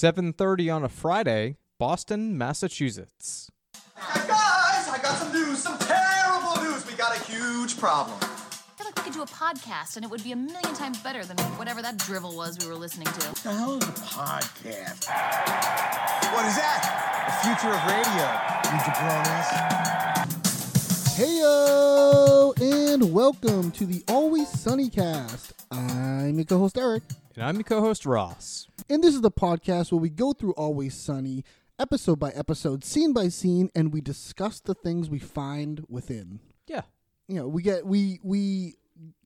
7:30 on a Friday, Boston, Massachusetts. Guys, I got some news, some terrible news. We got a huge problem. I feel like we could do a podcast and it would be a million times better than whatever that drivel was we were listening to. The hell is a podcast? What is that? The future of radio, you jabronis. Heyo and welcome to the Always Sunny cast. I'm your co-host Eric, And I'm your co-host Ross. and this is the podcast where we go through Always Sunny episode by episode, scene by scene, and we discuss the things we find within. Yeah. You know, we get we we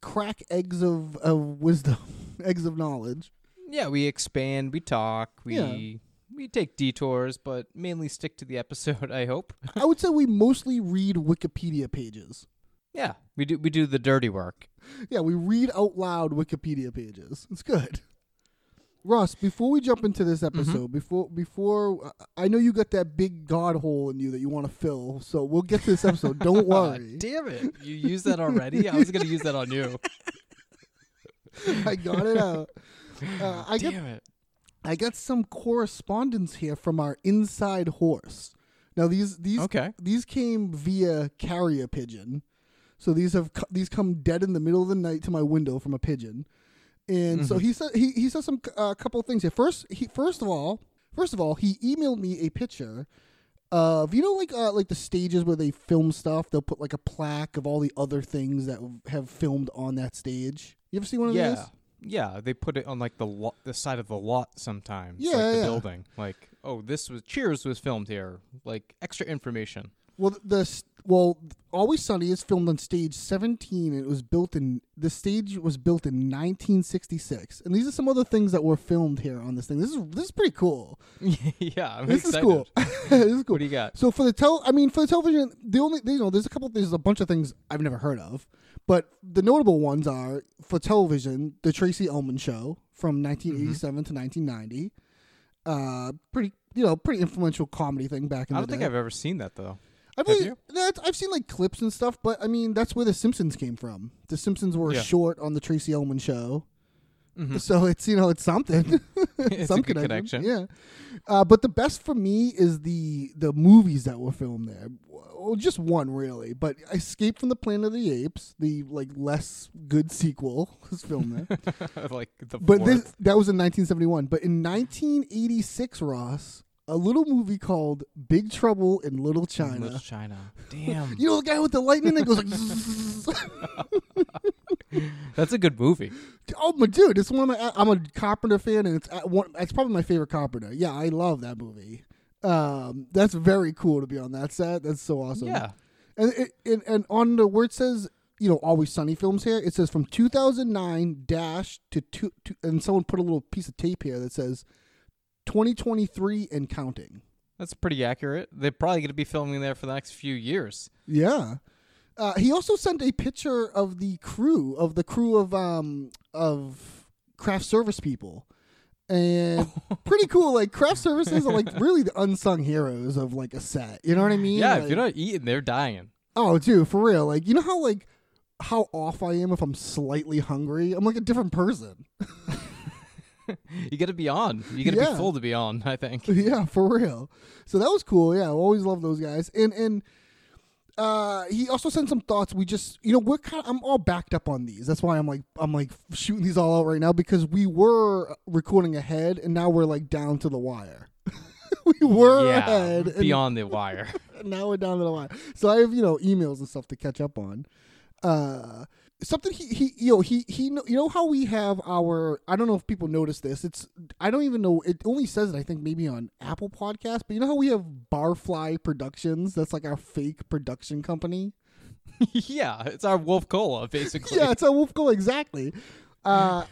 crack eggs of, of wisdom, eggs of knowledge. Yeah, we expand, we talk, we Yeah. we take detours, but mainly stick to the episode, I hope. I would say we mostly read Wikipedia pages. yeah, we do we do the dirty work. Yeah, we read out loud Wikipedia pages. It's good. Ross, before we jump into this episode, before before I I know you got that big god hole in you that you want to fill, so we'll get to this episode. Don't Aw, worry, damn it. You used that already? I was going to use that on you. I got it out. Uh, I got Damn it. I got some correspondence here from our inside horse. Now these these Okay. these came via carrier pigeon, so these have co- these come dead in the middle of the night to my window from a pigeon, and Mm-hmm. so he said he he said some a uh, couple things here. First he first of all first of all he emailed me a picture of you know like uh, like the stages where they film stuff they'll put like a plaque of all the other things that have filmed on that stage. You ever see one of Yeah. these? Yeah, they put it on like the lo- the side of the lot sometimes, Yeah, like the yeah. building. Like, oh, this was Cheers was filmed here. Like extra information. Well, th- the s- well, Always Sunny is filmed on stage 17, and it was built in the stage was built in 1966. And these are some other things that were filmed here on this thing. This is this is pretty cool. yeah, I'm This excited. is cool. this is cool. What do you got? So for the tel, I mean for the television, the only you know there's a couple there's a bunch of things I've never heard of, but the notable ones are for television the Tracy Ullman Show from Mm-hmm. 1987 to 1990. Uh, pretty you know pretty influential comedy thing back in I the don't think day. I've ever seen that though. I Have believe you? that I've seen like clips and stuff, but I mean that's where the Simpsons came from. The Simpsons were Yeah. Mm-hmm. short on the Tracy Ullman show, so it's you know it's something. It's a Some good connection. yeah. Uh, but the best for me is the the movies that were filmed there. Well, just one really, but Escape from the Planet of the Apes, the like less good sequel, was filmed there. like the But fourth. this that was in 1971. But in 1986, Ross, a little movie called Big Trouble in Little China. Little China. Damn, You know the guy with the lightning that goes like, zzzz. that's a good movie. oh my dude, it's one. Of my, I'm a Carpenter fan, and it's at one. It's probably my favorite Carpenter. Yeah, I love that movie. Um, that's very cool to be on that set. That's so awesome. Yeah. and it, and, and on the where it says you know always sunny films here, it says from 2009 dash to two, two, and someone put a little piece of tape here that says 2023 and counting. That's pretty accurate. They're probably going to be filming there for the next few years. Yeah. Uh, he also sent a picture of the crew of the crew of um of craft service people, and pretty cool. Like craft services are like really the unsung heroes of like a set. You know what I mean? Yeah, Like- if you're not eating, they're dying. Oh, dude, for real. Like you know how like how off I am if I'm slightly hungry. I'm like a different person. You got to be on. You got to Yeah. be full to be on. I think. yeah, for real. So that was cool. Yeah, I always love those guys. And and uh, he also sent some thoughts. We just, you know, we're kind. Of, I'm all backed up on these. That's why I'm like, I'm like shooting these all out right now because we were recording ahead, and now we're like down to the wire. we were yeah, ahead, and beyond the wire. now we're down to the wire. So I have you know emails and stuff to catch up on. Uh, something he he you know he he kno- you know how we have our I don't know if people notice this. It's I don't even know. It only says it I think maybe on Apple Podcast, but you know how we have Barfly Productions. That's like our fake production company. yeah, it's our Wolf Cola basically. Yeah, it's a Wolf Go exactly. Uh,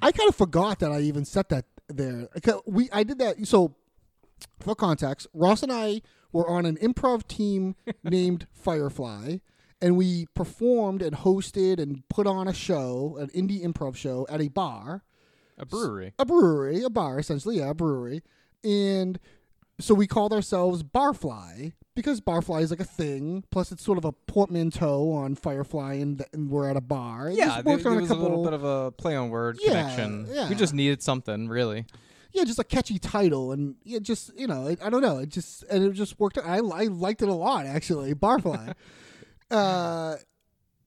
I kind of forgot that I even set that there. Okay, We I did that so for context. Ross and I were on an improv team named Firefly, and we performed and hosted and put on a show, an indie improv show at a bar a brewery. a brewery, a bar essentially, yeah, a brewery. And so we called ourselves Barfly because Barfly is like a thing. Plus, it's sort of a portmanteau on Firefly, and, th- and we're at a bar. It Yeah, just there, worked there on was a a couple. little bit of a play on word Yeah, connection. yeah. We just needed something really. yeah, just a catchy title, and yeah, just you know, it, I don't know, it just and it just worked. out. I I liked it a lot actually, Barfly. uh,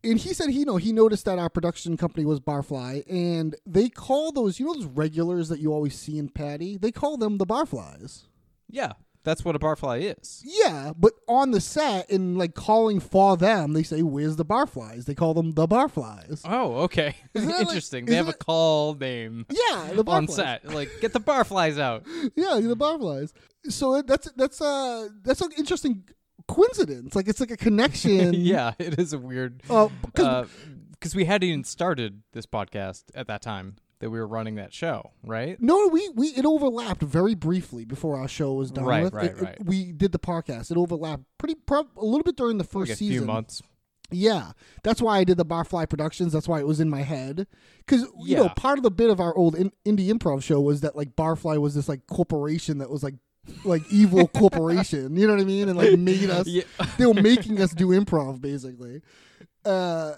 and he said he you know he noticed that our production company was Barfly, and they call those you know those regulars that you always see in Patty, they call them the Barflies. Yeah, that's what a barfly is. Yeah, but on the set and like calling for them, they say where's the Barflies? They call them the Barflies. Oh, okay. Isn't that like- Interesting. they isn't have a that- call name yeah, the Barflies. on set. Like, get the barflies out. Yeah, the barflies. So it- that's that's uh that's an interesting coincidence. Like it's like a connection. yeah, it is a weird. Uh, 'cause- Because we hadn't even started this podcast at that time that we were running that show, right? No, we, we it overlapped very briefly before our show was done. Right, with. right, It- it- right. we did the podcast. It overlapped pretty prob- a little bit during the Like first a season. few months. Yeah, that's why I did the Barfly Productions. That's why it was in my head. Because you know, Yeah. part of the bit of our old in- indie improv show was that like Barfly was this like corporation that was like like evil corporation. You know what I mean? And like made us. Yeah. they were making us do improv basically. Uh,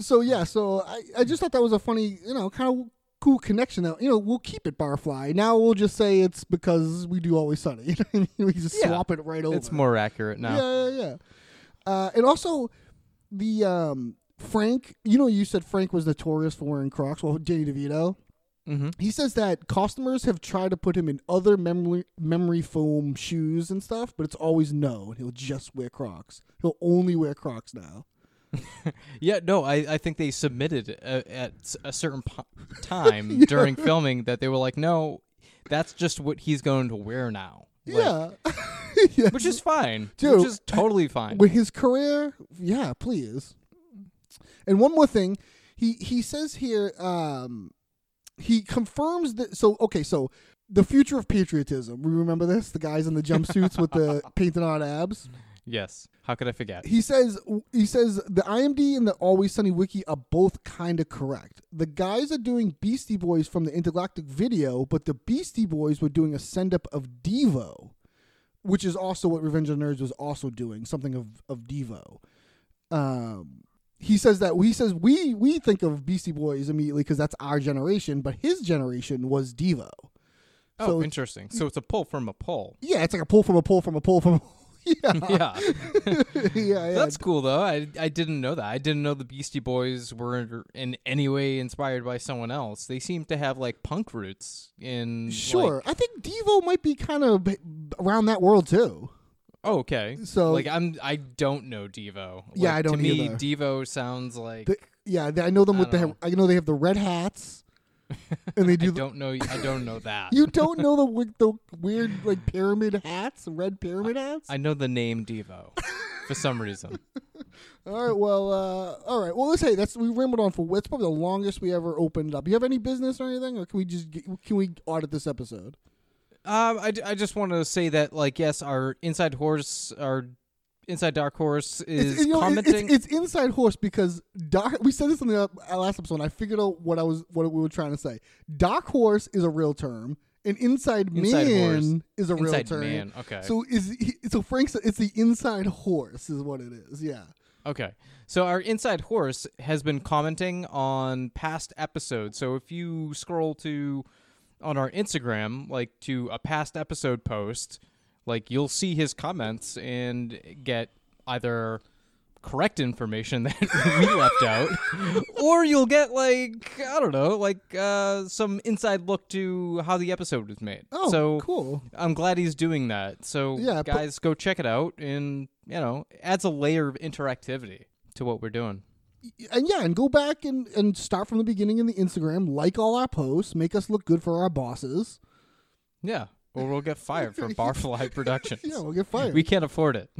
so yeah, so I, I just thought that was a funny, you know, kind of cool connection. That you know we'll keep it Barfly. Now we'll just say it's because we do Always Sunny. You know what I mean? We just Yeah. swap it right over. It's more accurate now. Yeah, yeah, yeah. Uh, and also, the um, Frank, you know, you said Frank was notorious for wearing Crocs. Well, Danny DeVito. Mhm. He says that customers have tried to put him in other memory memory foam shoes and stuff, but it's always no, and he'll just wear Crocs. He'll only wear Crocs now. Yeah, no, I, I think they submitted a, at s- a certain po- time during filming that they were like, no, that's just what he's going to wear now. Like, yeah, yeah. Which is fine. Dude, which is totally fine. with his career, yeah, please. And one more thing, he he says here, um, he confirms that. So okay, so the future of patriotism. We remember this, the guys in the jumpsuits with the painted on abs. yes. How could I forget? He says he says the IMD and the Always Sunny wiki are both kind of correct. The guys are doing Beastie Boys from the Intergalactic video, but the Beastie Boys were doing a send up of Devo, which is also what Revenge of the Nerds was also doing, something of of Devo. Um, he says that he says we we think of Beastie Boys immediately because that's our generation, but his generation was Devo. oh, so- interesting. So it's a pull from a pull. Yeah, it's like a pull from a pull from a pull from. A, yeah, Yeah. yeah, yeah. That's cool though. I I didn't know that. I didn't know the Beastie Boys were in any way inspired by someone else. They seem to have like punk roots in like- Sure, I think Devo might be kind of b- around that world too. oh, okay. So- like I'm I don't know Devo. Yeah, Like, I don't To me, either. Devo sounds like The- yeah, they- I know them with the. dunno. I know they have the red hats, and they I do. the, don't know. I don't know that. you don't know the wi- the weird like pyramid hats, red pyramid hats. I know the name Devo for some reason. all right, well, uh, all right, well. Let's say that's we rambled on for. That's probably the longest we ever opened up. You have any business or anything, or can we just get, can we audit this episode? Um, I, d- I just want to say that like yes, our inside horse, our inside dark horse is you know, it- commenting. It's, it's inside horse because Doc. We said this in the uh, last episode. And I figured out what I was what we were trying to say. Doc horse is a real term, and inside, Inside man horse. is a real Inside term. man, okay. So is he, so Frank's. It's the inside horse is what it is. Yeah. Okay. So our inside horse has been commenting on past episodes. So if you scroll to on our Instagram, like to a past episode post, like you'll see his comments and get either correct information that we left out or you'll get like I don't know, like uh some inside look to how the episode was made. Oh, so cool. I'm glad he's doing that. So Yeah, but- guys, go check it out, and you know, adds a layer of interactivity to what we're doing. and yeah, and go back and, and start from the beginning in the Instagram, like all our posts, make us look good for our bosses. Yeah, or we'll get fired from Barfly Productions. Yeah, we'll get fired. we can't afford it.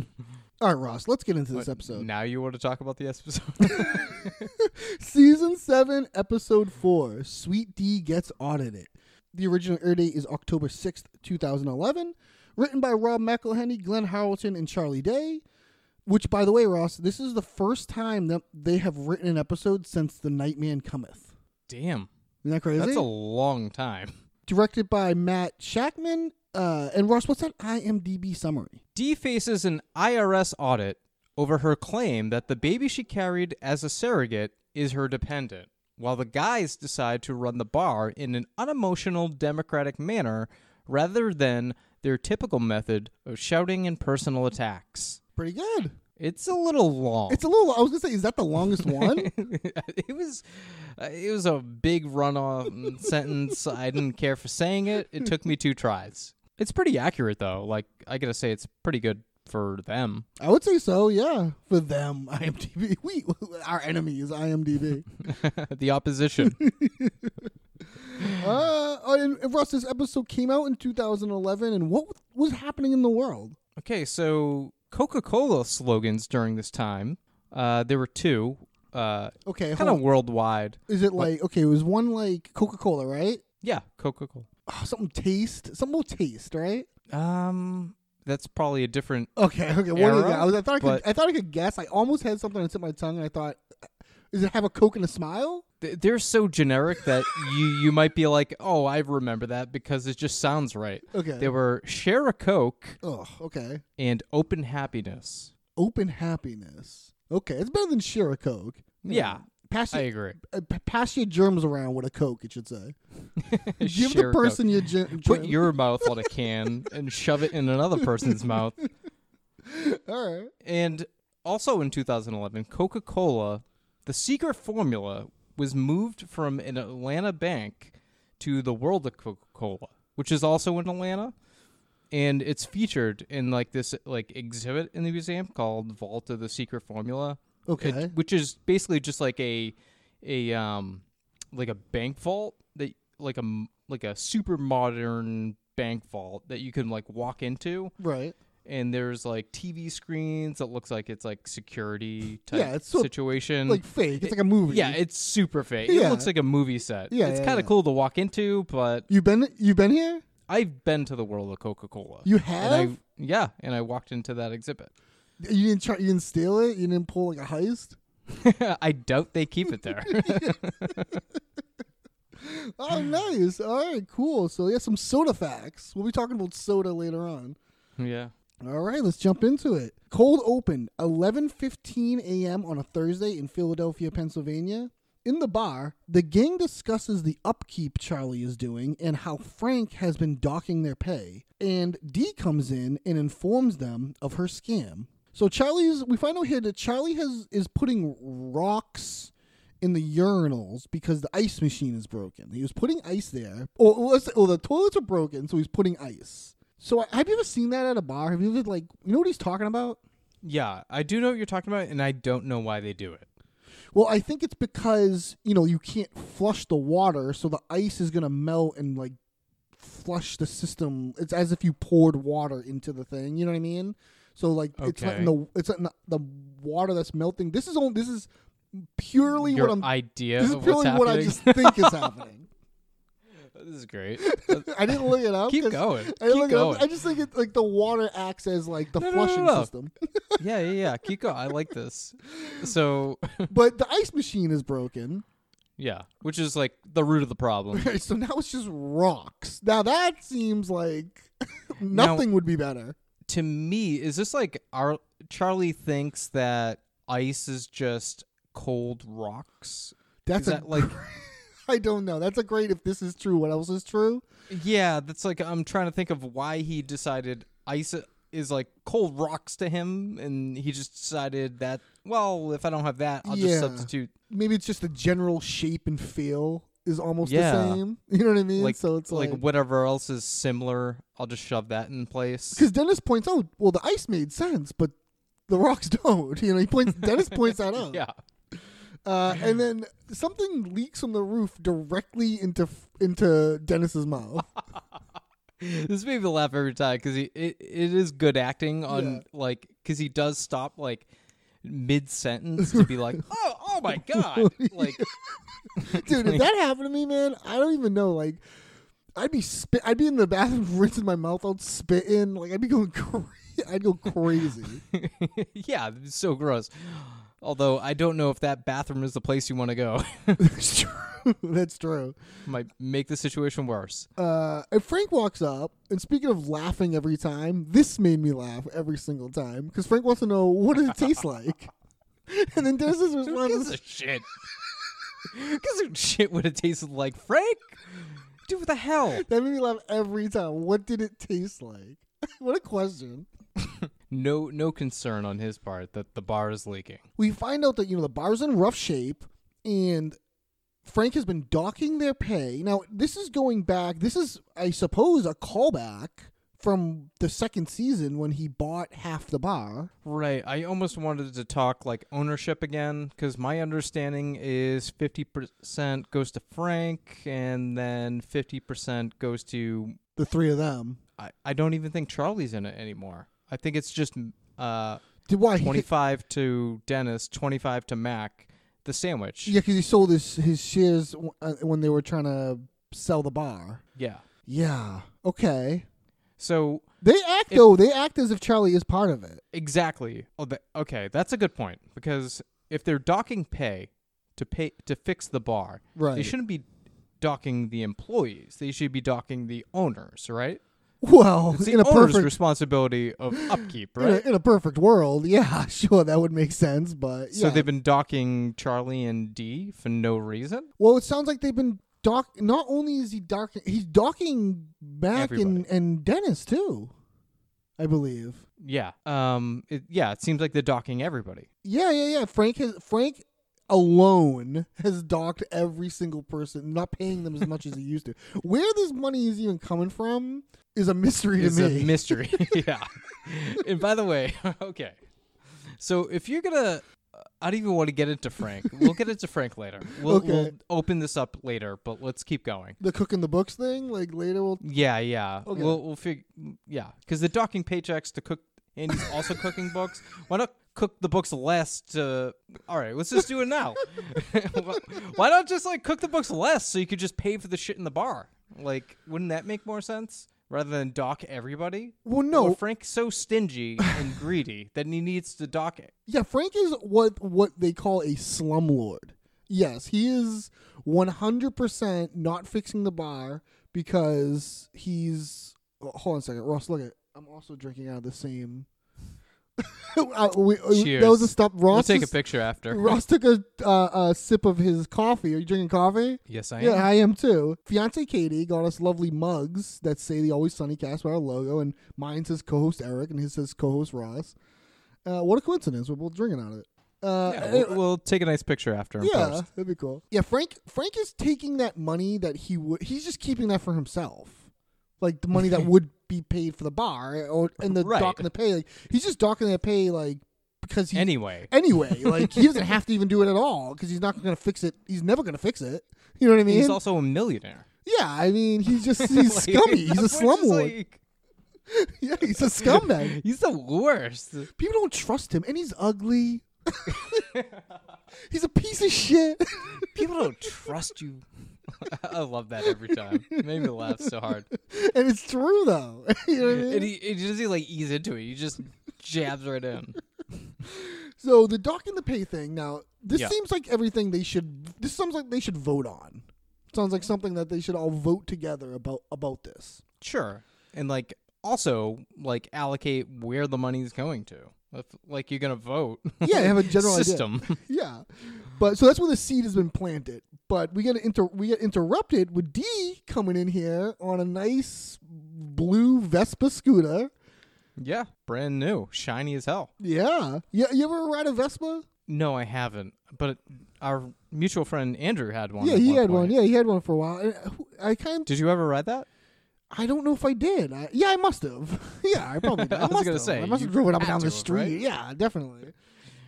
all right, Ross, let's get into this episode. Now you want to talk about the episode? Season 7, Episode 4 Sweet D Gets Audited. The original air date is October 6th, 2011. Written by Rob McElhenney, Glenn Howerton, and Charlie Day. Which, by the way, Ross, this is the first time that they have written an episode since The Nightman Cometh. Damn, Isn't that crazy? that's a long time. Directed by Matt Shackman. Uh, and, Ross, what's that IMDb summary? Dee faces an IRS audit over her claim that the baby she carried as a surrogate is her dependent, while the guys decide to run the bar in an unemotional, democratic manner rather than their typical method of shouting and personal attacks. Pretty good. It's a little long. It's a little. I was gonna say, is that the longest one? it was uh, it was a big run-off sentence. I didn't care for saying it. It took me two tries. It's pretty accurate though. Like I gotta say, it's pretty good for them. I would say so. Yeah, for them, IMDb. We, our enemy is IMDb. the opposition. uh, oh, and, and Russ, this episode came out in 2011, and what was happening in the world? okay, so Coca-Cola slogans during this time. Uh, there were two. Uh, Okay, kind hold of on. worldwide. Is it like okay? It was one like Coca Cola, right? Yeah, Coca-Cola. Oh, something taste, something will taste, right? Um, that's probably a different. Okay, okay. What is Era, that? I, was, I thought I could. but- I thought I could guess. I almost had something on the tip of my tongue, and I thought, "Uh, is it have a Coke and a smile? th- They're so generic that you you might be like, oh, I remember that because it just sounds right. Okay. They were share a Coke Oh, okay. and open happiness. Open happiness. Okay, it's better than share a Coke. You Yeah, know, pass I your, agree. uh, p- pass your germs around with a Coke. It should say. Give Share the a person Coke. your germ. Put your mouth on a can and shove it in another person's mouth. All right. And also in 2011, Coca Cola, the secret formula was moved from an Atlanta bank to the world of Coca Cola, which is also in Atlanta. And it's featured in like this like exhibit in the museum called Vault of the Secret Formula. It- Okay. which is basically just like a a um like a bank vault that like a m- like a super modern bank vault that you can like walk into Right. and there's like TV screens that looks like it's like security type Yeah, it's so- situation. Like fake. It's like a movie. Mm. yeah, it's super fake. Yeah. It looks like a movie set. Yeah, it's yeah, kind of yeah. cool to walk into, but you been you been here? I've been to the world of Coca Cola. You And I, have? yeah, and I walked into that exhibit. You didn't try. You didn't steal it. You didn't pull like a heist. I doubt they keep it there. Oh, nice. All right, cool. So yeah, some soda facts. We'll be talking about soda later on. yeah. All right, let's jump into it. Cold opened 11:15 a.m. on a Thursday in Philadelphia, Pennsylvania. In the bar, the gang discusses the upkeep Charlie is doing and how Frank has been docking their pay. And Dee comes in and informs them of her scam. So Charlie's we find out here that Charlie has is putting rocks in the urinals because the ice machine is broken. He was putting ice there, or or let's say, oh, the toilets are broken, so he's putting ice. So I- have you ever seen that at a bar? Have you ever like you know what he's talking about? Yeah, I do know what you're talking about, and I don't know why they do it. Well, I think it's because you know you can't flush the water, so the ice is gonna melt and like flush the system. It's as if you poured water into the thing. You know what I mean? So like it's letting Okay. the it's letting the, the water that's melting. This is only this is purely Your what I'm. idea this is of what's purely what happening. I just think is happening. this is great. I didn't look it up. Keep 'cause- going. I didn't Keep look going. it up. I just think it like the water acts as like the No, no, no, flushing no. system. yeah, yeah, yeah. Keep going. I like this. So, but the ice machine is broken. yeah, which is like the root of the problem. Right, so now it's just rocks. Now that seems like nothing would be better. to me, is this like our Charlie thinks that ice is just cold rocks? That's Is that a, like I don't know. That's a great if this is true, what else is true? yeah, that's like I'm trying to think of why he decided ice is like cold rocks to him and he just decided that well, if I don't have that, I'll Yeah. just substitute Maybe it's just the general shape and feel is almost Yeah. the same. You know what I mean? like so it's like, whatever else is similar, I'll just shove that in place. because Dennis points out, well, the ice made sense, but the rocks don't. You know, he points Dennis points that out. Yeah. Uh, and then something leaks from the roof directly into into Dennis's mouth. this made me laugh every time because it, it is good acting on Yeah. like because he does stop like mid sentence to be like oh oh my god like Dude, if that happened to me, man, I don't even know. Like, I'd be spit. I'd be in the bathroom rinsing my mouth out, spitting. Like, I'd be going crazy. I'd go crazy. yeah it's so gross although I don't know if that bathroom is the place you want to go That's true. That's true. might make the situation worse Uh, and Frank walks up, and speaking of laughing every time, this made me laugh every single time because Frank wants to know what does it taste like. And then Dennis's who gives response a is, shit Because shit would have tasted like Frank. Dude, what the hell? That made me laugh every time. What did it taste like? what a question. No, no concern on his part that the bar is leaking. we find out that you know the bar's in rough shape and frank has been docking their pay now this is going back this is i suppose a callback from the second season when he bought half the bar Right. I almost wanted to talk like ownership again because my understanding is 50% goes to Frank and then 50% goes to. the three of them I, I don't even think Charlie's in it anymore. I think it's just uh, did why he- 25 to Dennis, 25 to Mac, the sandwich. yeah because he sold his his shares w- uh, when they were trying to sell the bar Yeah. yeah okay So they act If- though they act as if charlie is part of it Exactly. Oh, tha- okay, that's a good point because if they're docking pay to pay to fix the bar, they Right. shouldn't be docking the employees. They should be docking the owners, right? well It's the in a owner's perfect responsibility of upkeep, in, a, right? in a perfect world yeah sure that would make sense but So yeah. they've been docking Charlie and D for no reason. Well, it sounds like they've been dock. Not only is he docking, he's docking Mac and, Everybody. and Dennis too, I believe. Yeah. Um. It, yeah. It seems like they're docking everybody. Yeah, yeah, yeah. Frank has Frank alone has docked every single person, not paying them as much as he used to. Where this money is even coming from is a mystery It's to a me. mystery. yeah. And by the way, okay. So if you're gonna, I don't even want to get into Frank. We'll get into Frank later. We'll, Okay. we'll open this up later, but let's keep going. the cook in the books thing, like later we'll. Yeah, yeah. Okay. We'll we'll figure. Yeah, because the docking paychecks to cook, and he's also cooking books. Why not cook the books less? To all right, let's just do it now. Why not just like cook the books less so you could just pay for the shit in the bar? Like, wouldn't that make more sense rather than dock everybody? Well, Well, no, Frank's so stingy and greedy that he needs to dock it. yeah, Frank is what what they call a slumlord. Yes, he is one hundred percent not fixing the bar because he's. oh, Hold on a second, Ross. Look at. I'm also drinking out of the same. Uh, we- uh, Cheers. That was a stop. Ross. we'll take a is- picture after. Ross took a, uh, a sip of his coffee. Are you drinking coffee? yes, I Yeah, am. I am too. Fiance Katie got us lovely mugs that say the Always Sunny cast with our logo, and mine says co host Eric, and his says co host Ross. Uh, what a coincidence. We're both drinking on it. Uh, Yeah, anyway, we'll, we'll take a nice picture after. and yeah, post. that'd be cool. Yeah, Frank Frank is taking that money that he would, he's just keeping that for himself. Like the money that would be paid for the bar uh, or and the Right. docking the pay. Like, he's just docking the pay, like, because he. Anyway, Anyway, like he doesn't have to even do it at all because he's not going to fix it. He's never going to fix it. You know what I mean? he's also a millionaire. Yeah, I mean, he's just he's Like, scummy. He's a that's why it's just slumlord. like- Yeah, he's a scumbag. he's the worst. People don't trust him, and he's ugly. he's a piece of shit. People don't trust you. I love that every time. It Made me laugh so hard. and it's true though. you know what I mean? And he, it just he like ease into it. He just jabs right in. so the dock and the pay thing. Now this Yeah. seems like everything they should. This sounds like they should vote on. Sounds like something that they should all vote together about about this. Sure. And like also like allocate where the money's going to. If, like you're gonna vote. Yeah, have a general idea. system. Yeah, but so that's where the seed has been planted. But we get inter- we get interrupted with D coming in here on a nice blue Vespa scooter. Yeah, brand new, shiny as hell. Yeah, yeah. You ever ride a Vespa? No, I haven't. But our mutual friend Andrew had one. yeah, at he had point. one. Yeah, he had one for a while. And uh, who- I kind Did you ever ride that? I don't know if I did. I, yeah, I must have. yeah, I probably. Did. I, I was must gonna have. say, I must you have drove it up and had down the to have, street. right? Yeah, definitely.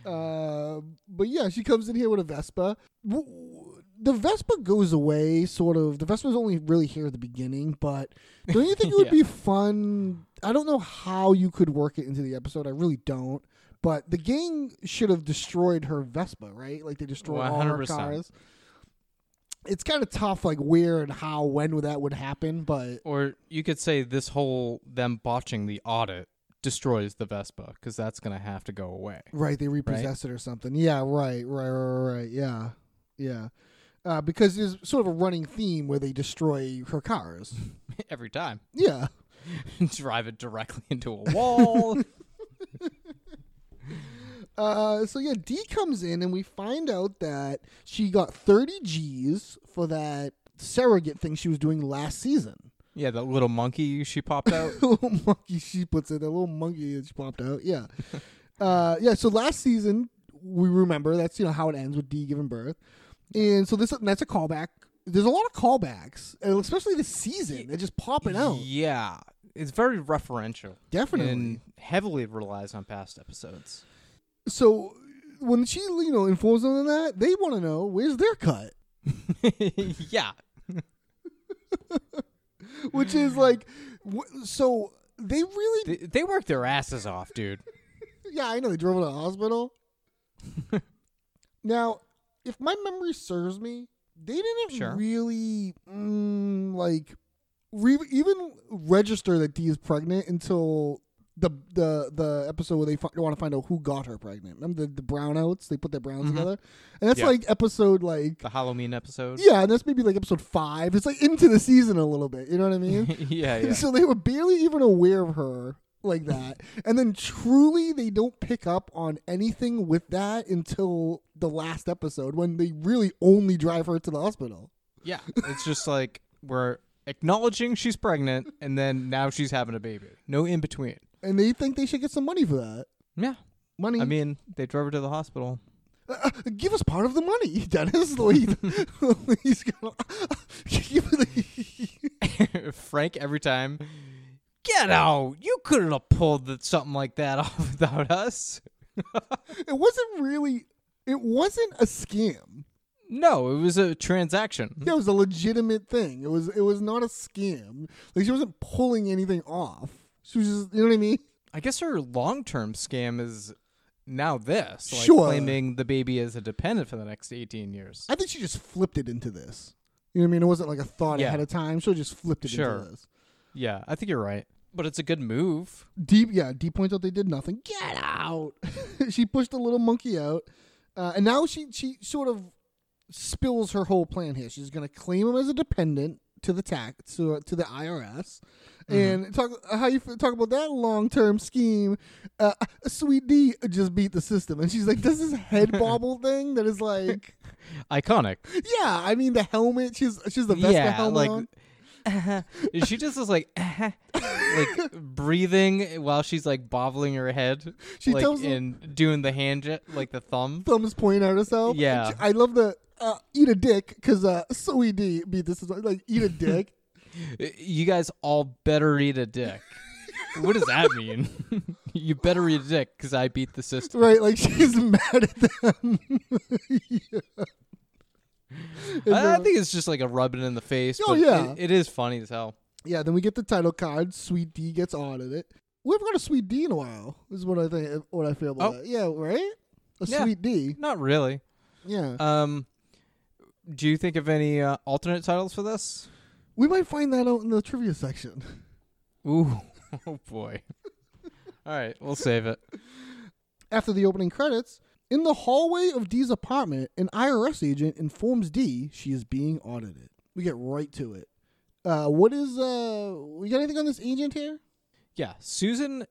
Uh, but yeah, she comes in here with a Vespa. W- w- The Vespa goes away, sort of. The Vespa's only really here at the beginning, but don't you think it would Yeah. be fun? I don't know how you could work it into the episode. I really don't. But the gang should have destroyed her Vespa, right? Like they destroyed all her 100%. cars. It's kind of tough, like where and how, when would that would happen, but Or you could say this whole them botching the audit destroys the Vespa because that's gonna have to go away. Right, they repossess it or something. Yeah, right, right, right, right, right. Yeah, yeah. Uh, because there's sort of a running theme where they destroy her cars. Every time, Yeah, drive it directly into a wall. Uh, so yeah, D comes in and we find out that she got 30 G's for that surrogate thing she was doing last season. Yeah, that little monkey she popped out. little monkey she puts in a little monkey that she popped out. Yeah, uh, yeah. So last season we remember that's you know how it ends with D giving birth, and so this and that's a callback. There's a lot of callbacks, and especially this season. They're just popping out. Yeah, it's very referential. Definitely. And heavily relies on past episodes. So when she you know informs them of that, they want to know where's their cut. yeah. which is like wh- so they really They, they work their asses off, dude. yeah i know they drove her to the hospital now if my memory serves me they didn't Sure. really mm, like re- even register that dee is pregnant until the the the episode where they fi- want to find out who got her pregnant remember the, the brownouts they put their browns together and Mm-hmm. that's Yeah. like episode like The Halloween episode. yeah and that's maybe like episode five it's like into the season a little bit you know what i mean yeah, yeah. So they were barely even aware of her like that. and then truly they don't pick up on anything with that until the last episode when they really only drive her to the hospital. yeah. It's just like we're acknowledging she's pregnant and then now she's having a baby. No in between. And they think they should get some money for that. Yeah. Money. I mean, they drove her to the hospital. Uh, uh, give us part of the money, Dennis. The way he- he's gonna give the- Frank every time. Get out! You couldn't have pulled th- something like that off without us. It wasn't really. It wasn't a scam. No, it was a transaction. Yeah, it was a legitimate thing. It was. It was not a scam. Like she wasn't pulling anything off. She was just. You know what I mean? I guess her long term scam is now this, like Sure. claiming the baby as a dependent for the next eighteen years. I think she just flipped it into this. You know what I mean? It wasn't like a thought Yeah. ahead of time. She just flipped it Sure. into this. yeah, I think you're right, but it's a good move. Deep, yeah. Deep points out they did nothing. Get out. she pushed the little monkey out, uh, and now she she sort of spills her whole plan here. She's going to claim him as a dependent to the tax to, to the IRS, Mm-hmm. and talk uh, how you f- talk about that long term scheme. Uh, Sweet D just beat the system, and she's like, "Does this head bobble thing that is like, Iconic. yeah? I mean, the helmet. She's she's the Vespa yeah, helmet like on. she just is like, like breathing while she's like bobbling her head, She like tells him- and doing the hand, ge- like the thumb. thumbs pointing at herself. Yeah. I love the uh, eat a dick because uh, so we D beat this is like eat a dick. Uh, You guys all better eat a dick. what does that mean? you better eat a dick because I beat the system. right, like she's mad at them. Yeah. And, I, I uh, think it's just like a rubbing in the face. Oh, but yeah. it- it is funny as hell. yeah, then we get the title card. Sweet D gets audited. We haven't got a sweet D in a while. Is what I think. What I feel about Oh. it. Yeah, right. A Yeah. sweet D. Not really. Yeah, Um, do you think of any uh, alternate titles for this? we might find that out in the trivia section. Ooh, oh boy. All right, we'll save it. After the opening credits, in the hallway of Dee's apartment, an IRS agent informs Dee she is being audited. We get right to it. Uh, what is uh? We got anything on this agent here? Yeah, Susan.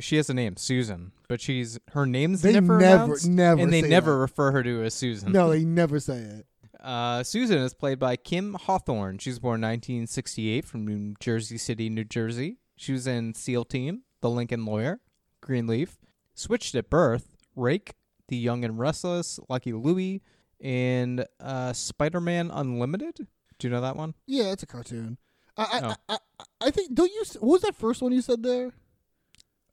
She has a name, Susan, but she's her name's They never never- announced, never and they say never that. refer her to as Susan. No, they never say it. Uh, Susan is played by Kim Hawthorne. She's born 1968 from New Jersey City, New Jersey. She was in SEAL Team, The Lincoln Lawyer, Greenleaf, Switched at Birth, Rake, The Young and Restless, Lucky Louie, and uh, Spider Man Unlimited. Do you know that one? Yeah, it's a cartoon. I I, No. I, I I think don't you? s- What was that first one you said there?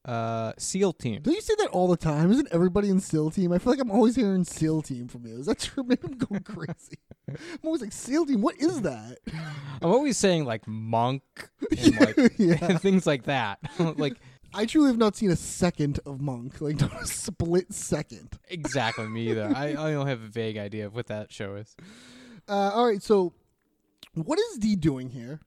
Uh, SEAL Team. Don't you say that all the time? Isn't everybody in SEAL Team? I feel like I'm always hearing SEAL Team from you. Is that true? Maybe I'm going crazy. I'm always like SEAL Team. What is that? I'm always saying like monk and like Yeah. things like that. like I truly have not seen a second of Monk. Like not a split second. exactly me either. I, I don't have a vague idea of what that show is. Uh, all right, so what is Dee doing here?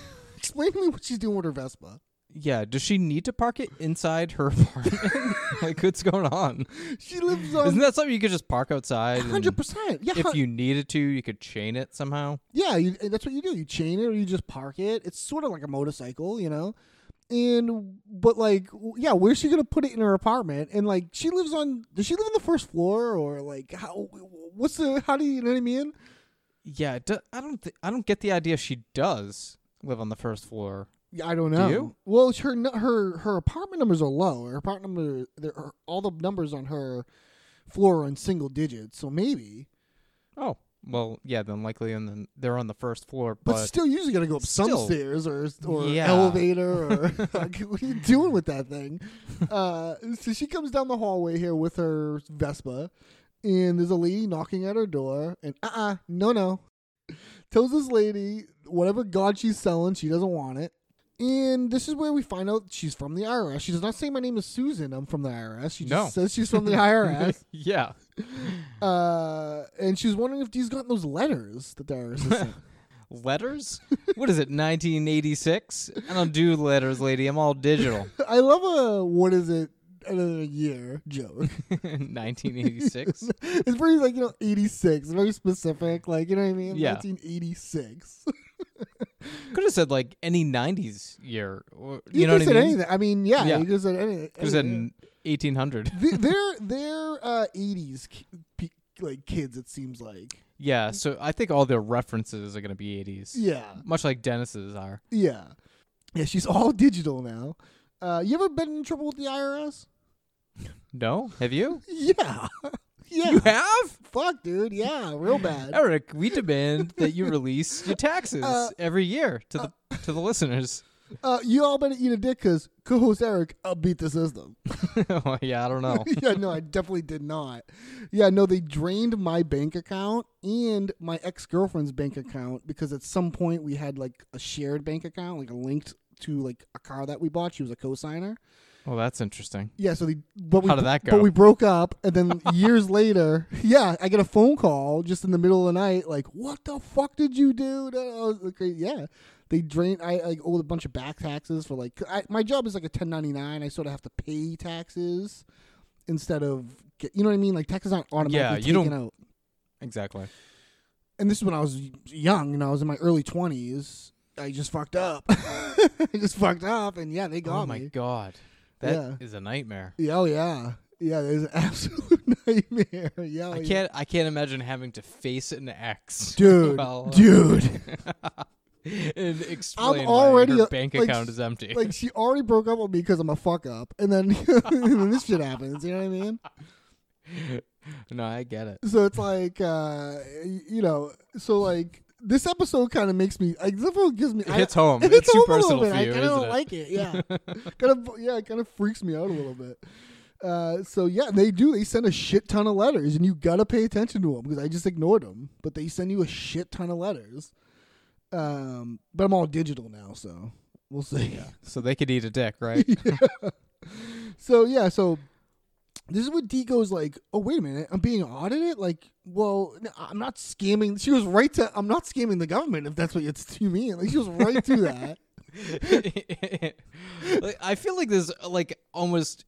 Explain to me what she's doing with her Vespa. Yeah, does she need to park it inside her apartment? like, what's going on? She lives Isn't on that something you could just park outside? and hundred percent. Yeah, If you needed to, you could chain it somehow. yeah, you, and that's what you do. You chain it or you just park it. It's sort of like a motorcycle, you know. and but like w- yeah where's she gonna put it in her apartment and like she lives on does she live on the first floor or like how what's the how do you, you know what i mean Yeah, it do- I don't. Th- I don't get the idea. She does live on the first floor. Yeah, I don't know. you? Well, her nu- her her apartment numbers are low. Her apartment number, there are, all the numbers on her floor are in single digits. So maybe, Oh, well, yeah. Then likely, and then they're on the first floor. but, But, still, usually gotta go up some still. stairs or or Yeah. elevator or like, what are you doing with that thing? Uh, so she comes down the hallway here with her Vespa, and there's a lady knocking at her door, and uh uh no no, tells this lady whatever god she's selling, she doesn't want it. And this is where we find out she's from the IRS. She does not say my name is Susan. I'm from the IRS. She just No. says she's from the IRS. yeah, Uh, and she's wondering if Dee's gotten those letters that the IRS has sent. letters. what is it? 1986. I don't do letters, lady. I'm all digital. I love a what is it another year joke. 1986. it's pretty like you know 86 very specific like you know what i mean Yeah. 1986 Could have said like any 90s year. Or, you, you, know could what I mean? have said anything i mean yeah, Yeah. you could have said anything Could have said 1800. Th- they're they're uh 80s ki- pe- like kids it seems like yeah. So I think all their references are gonna be 80s. yeah Much like Dennis's are. yeah yeah she's all digital now uh you ever been in trouble with the irs No, have you? yeah yeah You have? fuck dude yeah real bad Eric, we demand that you release your taxes Uh, every year to the to the listeners. uh you all better eat a dick because co-host eric upbeat the system oh, yeah, I don't know. yeah, no, I definitely did not. Yeah, no, they drained my bank account and my ex girlfriend's bank account because at some point we had like a shared bank account, like a linked to like a car that we bought. She was a co-signer. Well, that's interesting. Yeah, so they but we How did that go? But we broke up, and then years later, yeah, I get a phone call just in the middle of the night, like, "What the fuck did you do?" That was like, crazy. Yeah, they drained. I like owed a bunch of back taxes for like I, my job is like a ten ninety nine. I sort of have to pay taxes instead of get, you know what I mean. Like taxes aren't automatically you don't- taken out. Exactly. And this is when I was young, you know, I was in my early twenties. I just fucked up. I just fucked up, and yeah, they got oh my me. god. that is Yeah. a nightmare. Yeah, Oh yeah, yeah. There's an absolute nightmare. Yeah, oh, I yeah. can't I can't imagine having to face an ex. dude, Well, dude. and explain already why a- your bank like, account is empty. like she already broke up with me because I'm a fuck up, and then, and then this shit happens. You know what I mean? no, I get it. So it's like, uh, y- you know, so like this episode kind of makes me like this episode gives me It hits home. It It's hits too home a little personal bit. for I you, kind of isn't don't it? like it. Yeah, kind of yeah, it kind of freaks me out a little bit. Uh, so yeah, they do. They send a shit ton of letters, and you gotta pay attention to them because I just ignored them. But they send you a shit ton of letters. Um, but I'm all digital now, so we'll see. So they could eat a dick, right? So yeah, so this is what D goes like. Oh wait a minute, I'm being audited. Like, well, n- I'm not scamming. She was right to. I'm not scamming the government if that's what it's you mean. Like she was right to that. Like, I feel like there's like almost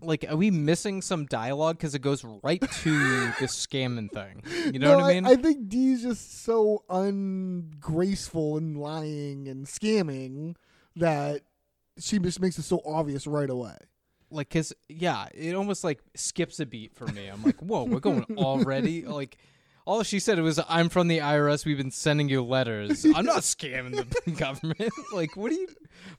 like are we missing some dialogue because it goes right to the scamming thing. You know No, what I mean? I, think D's just so ungraceful and lying and scamming that she just makes it so obvious right away. like because yeah it almost like skips a beat for me i'm like whoa we're going already like all she said was i'm from the irs we've been sending you letters i'm not scamming the government like what do you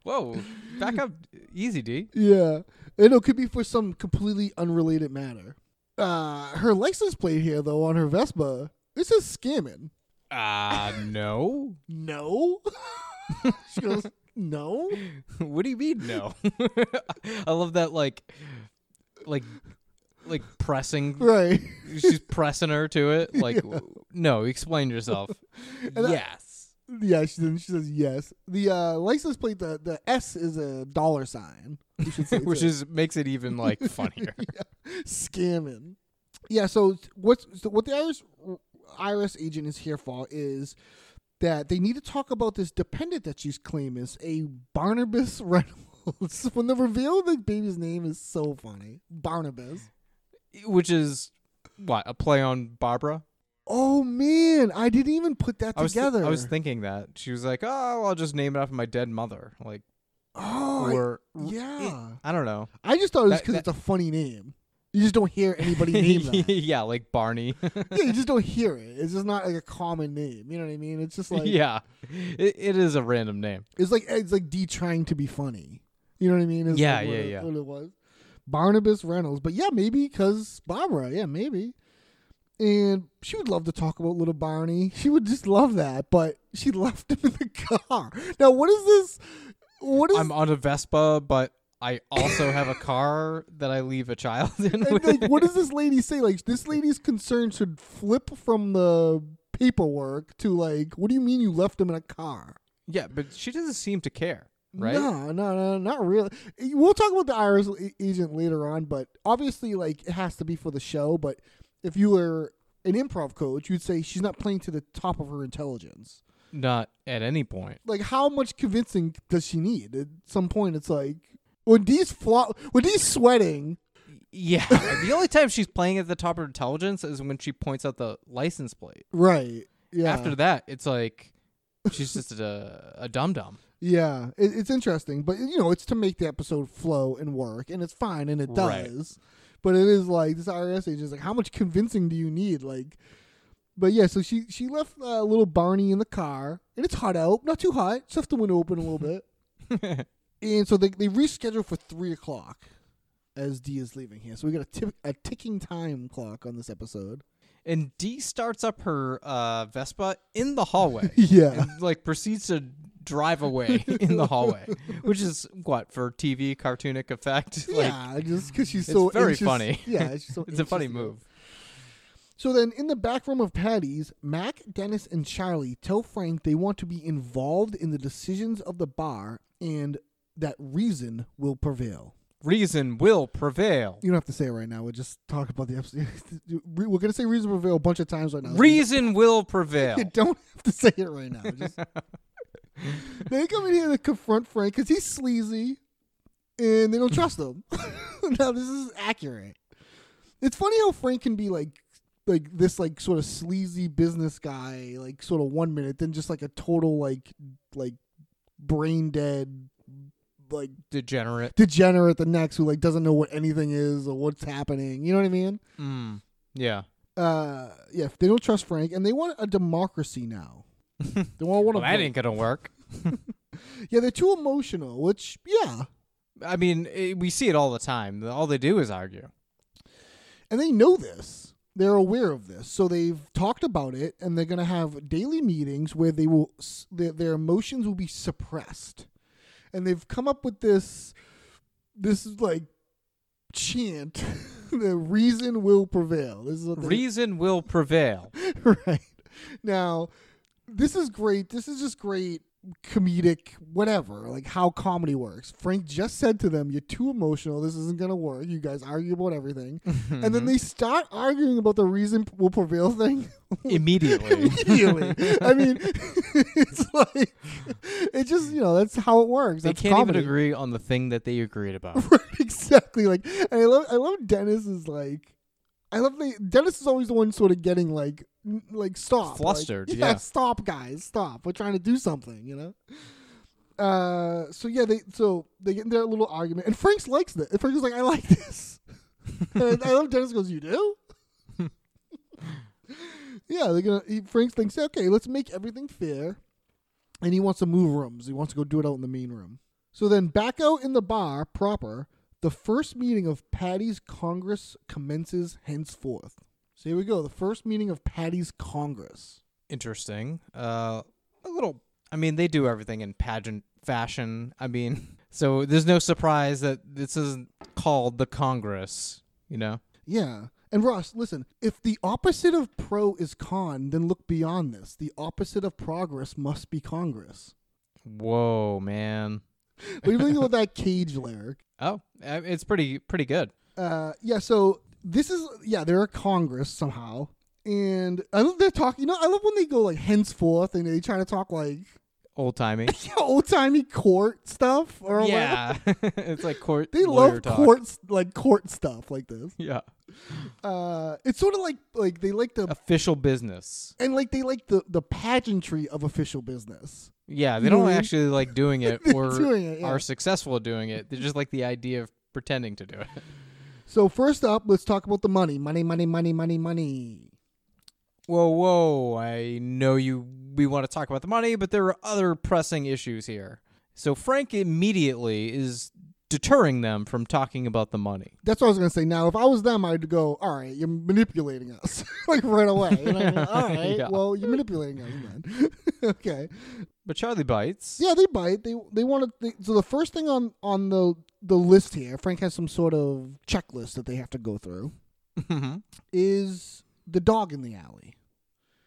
whoa back up easy d Yeah, and it could be for some completely unrelated matter. Uh, her license plate here, though, on her Vespa, it says scamming. uh no No. she goes, no. what do you mean no i love that like like like pressing Right. she's pressing her to it like no explain yourself I- yes Yeah, she, then she says yes. The uh, license plate, the, the S is a dollar sign. We should say which too. is makes it even like funnier scamming. Yeah. So what's so what the IRS IRS agent is here for is that they need to talk about this dependent that she's claiming is a Barnabas Reynolds. when the reveal of the baby's name is so funny, Barnabas. which is what a play on Barbara. Oh man, I didn't even put that I was th- together. I was thinking that she was like, "Oh, I'll just name it after my dead mother." Like, Oh, I- or yeah. I don't know. I just thought it was That- because that- it's a funny name. You just don't hear anybody name that. yeah, like Barney. yeah, you just don't hear it. It's just not like a common name. You know what I mean? It's just like yeah, it, it is a random name. It's like it's like D trying to be funny. You know what I mean? Is Yeah, like what yeah, it- yeah. What it was, Barnabas Reynolds. But yeah, maybe because Barbara. Yeah, maybe. And she would love to talk about little Barney. She would just love that. But she left him in the car. Now, what is this? What is I'm on a Vespa, but I also have a car that I leave a child in. and, like what does this lady say? Like this lady's concern should flip from the paperwork to like, what do you mean you left him in a car? yeah, but she doesn't seem to care, right? No, no, no, not really. We'll talk about the IRS a- agent later on, but obviously, like, it has to be for the show. But if you were an improv coach, you'd say she's not playing to the top of her intelligence. Not at any point. Like, how much convincing does she need? At some point, it's like when Dee's flo- when Dee's sweating. Yeah, the only time she's playing at the top of her intelligence is when she points out the license plate. Right. Yeah. After that, it's like she's just a a dum dum. Yeah, it, it's interesting, but you know, it's to make the episode flow and work, and it's fine, and it does. Right. But it is like this IRS agent is like, how much convincing do you need? Like, but yeah, so she she left uh, little Barney in the car, and it's hot out, not too hot. Just left the window open a little bit, and so they they reschedule for three o'clock as Dee is leaving here. So we got a, tick a ticking time clock on this episode. And Dee starts up her uh, Vespa in the hallway. Yeah. And, like proceeds to drive away in the hallway, which is what for TV cartoonic effect. Like yeah, just because she's so very anxious- funny. Yeah, she's so it's a funny anxious to go. move. So then, in the back room of Patty's, Mac, Dennis, and Charlie tell Frank they want to be involved in the decisions of the bar and that reason will prevail. Reason will prevail. You don't have to say it right now. We'll just talk about the episode. We're going to say reason prevail a bunch of times right now. Reason will prevail. You don't have to say it right now. Just they come in here to confront Frank because he's sleazy, and they don't trust him. now this is accurate. It's funny how Frank can be like, like this like sort of sleazy business guy, like sort of one minute, then just like a total like, like brain dead, like Degenerate. degenerate the next who like doesn't know what anything is or what's happening. You know what I mean? Mm. Yeah. uh yeah, they don't trust Frank and they want a democracy now. they want one Well, of that ain't gonna work. Yeah, they're too emotional, which yeah. I mean, eh, we see it all the time. All they do is argue. And they know this. They're aware of this. So they've talked about it and they're going to have daily meetings where they will s- their, their emotions will be suppressed. And they've come up with this this like chant the reason will prevail. This is what they Reason will prevail. right now this is great this is just great comedic whatever like how comedy works frank just said to them you're too emotional this isn't gonna work you guys argue about everything and Mm-hmm. then they start arguing about the reason will prevail thing Immediately. immediately i mean it's like it just you know that's how it works they that's can't comedy. even agree on the thing that they agreed about. Right, exactly. Like and I love I love Dennis is like I love the Dennis is always the one sort of getting like n- like stop like, Flustered, yeah, yeah. stop guys, stop. We're trying to do something, you know. Uh, so yeah, they so they get in their little argument, and Frank's likes this. And Frank's like, I like this. and I, I love Dennis goes, you do. yeah, they're gonna. He, Frank thinks, okay, let's make everything fair, and he wants to move rooms. He wants to go do it out in the main room. So then, back out in the bar proper, the first meeting of Patty's Congress commences henceforth. So here we go. The first meeting of Patty's Congress. Interesting. Uh, a little. I mean, they do everything in pageant fashion. I mean, so there's no surprise that this isn't called the Congress. You know. Yeah. And Ross, listen, if the opposite of pro is con, then look beyond this. The opposite of progress must be Congress. Whoa, man. What do you think about that cage lyric? Oh, uh, it's pretty pretty good. Uh, yeah, so this is, yeah, they're a Congress somehow. And I love they're talking, you know, I love when they go like henceforth and they try to talk like Old timey. old timey court stuff or whatever. yeah, it's like court. They lawyer love talk. court s- like court stuff like this. Yeah, Uh, it's sort of like like they like the official business. and like they like the the pageantry of official business. Yeah, they You know don't what I mean? actually like doing it Mm-hmm. They're or doing it, yeah. are successful at doing it. They just like the idea of pretending to do it. So first up, let's talk about the money. Money, money, money, money, money. Whoa, whoa! I know you. We want to talk about the money, but there are other pressing issues here. So Frank immediately is deterring them from talking about the money. That's what I was gonna say. Now, if I was them, I'd go, "All right, you're manipulating us," like right away. And I'd go, All right, Yeah. well, you're manipulating us, man. okay. But Charlie bites. Yeah, they bite. They they want to. They, so the first thing on on the the list here, Frank has some sort of checklist that they have to go through. Mhm. Is the dog in the alley?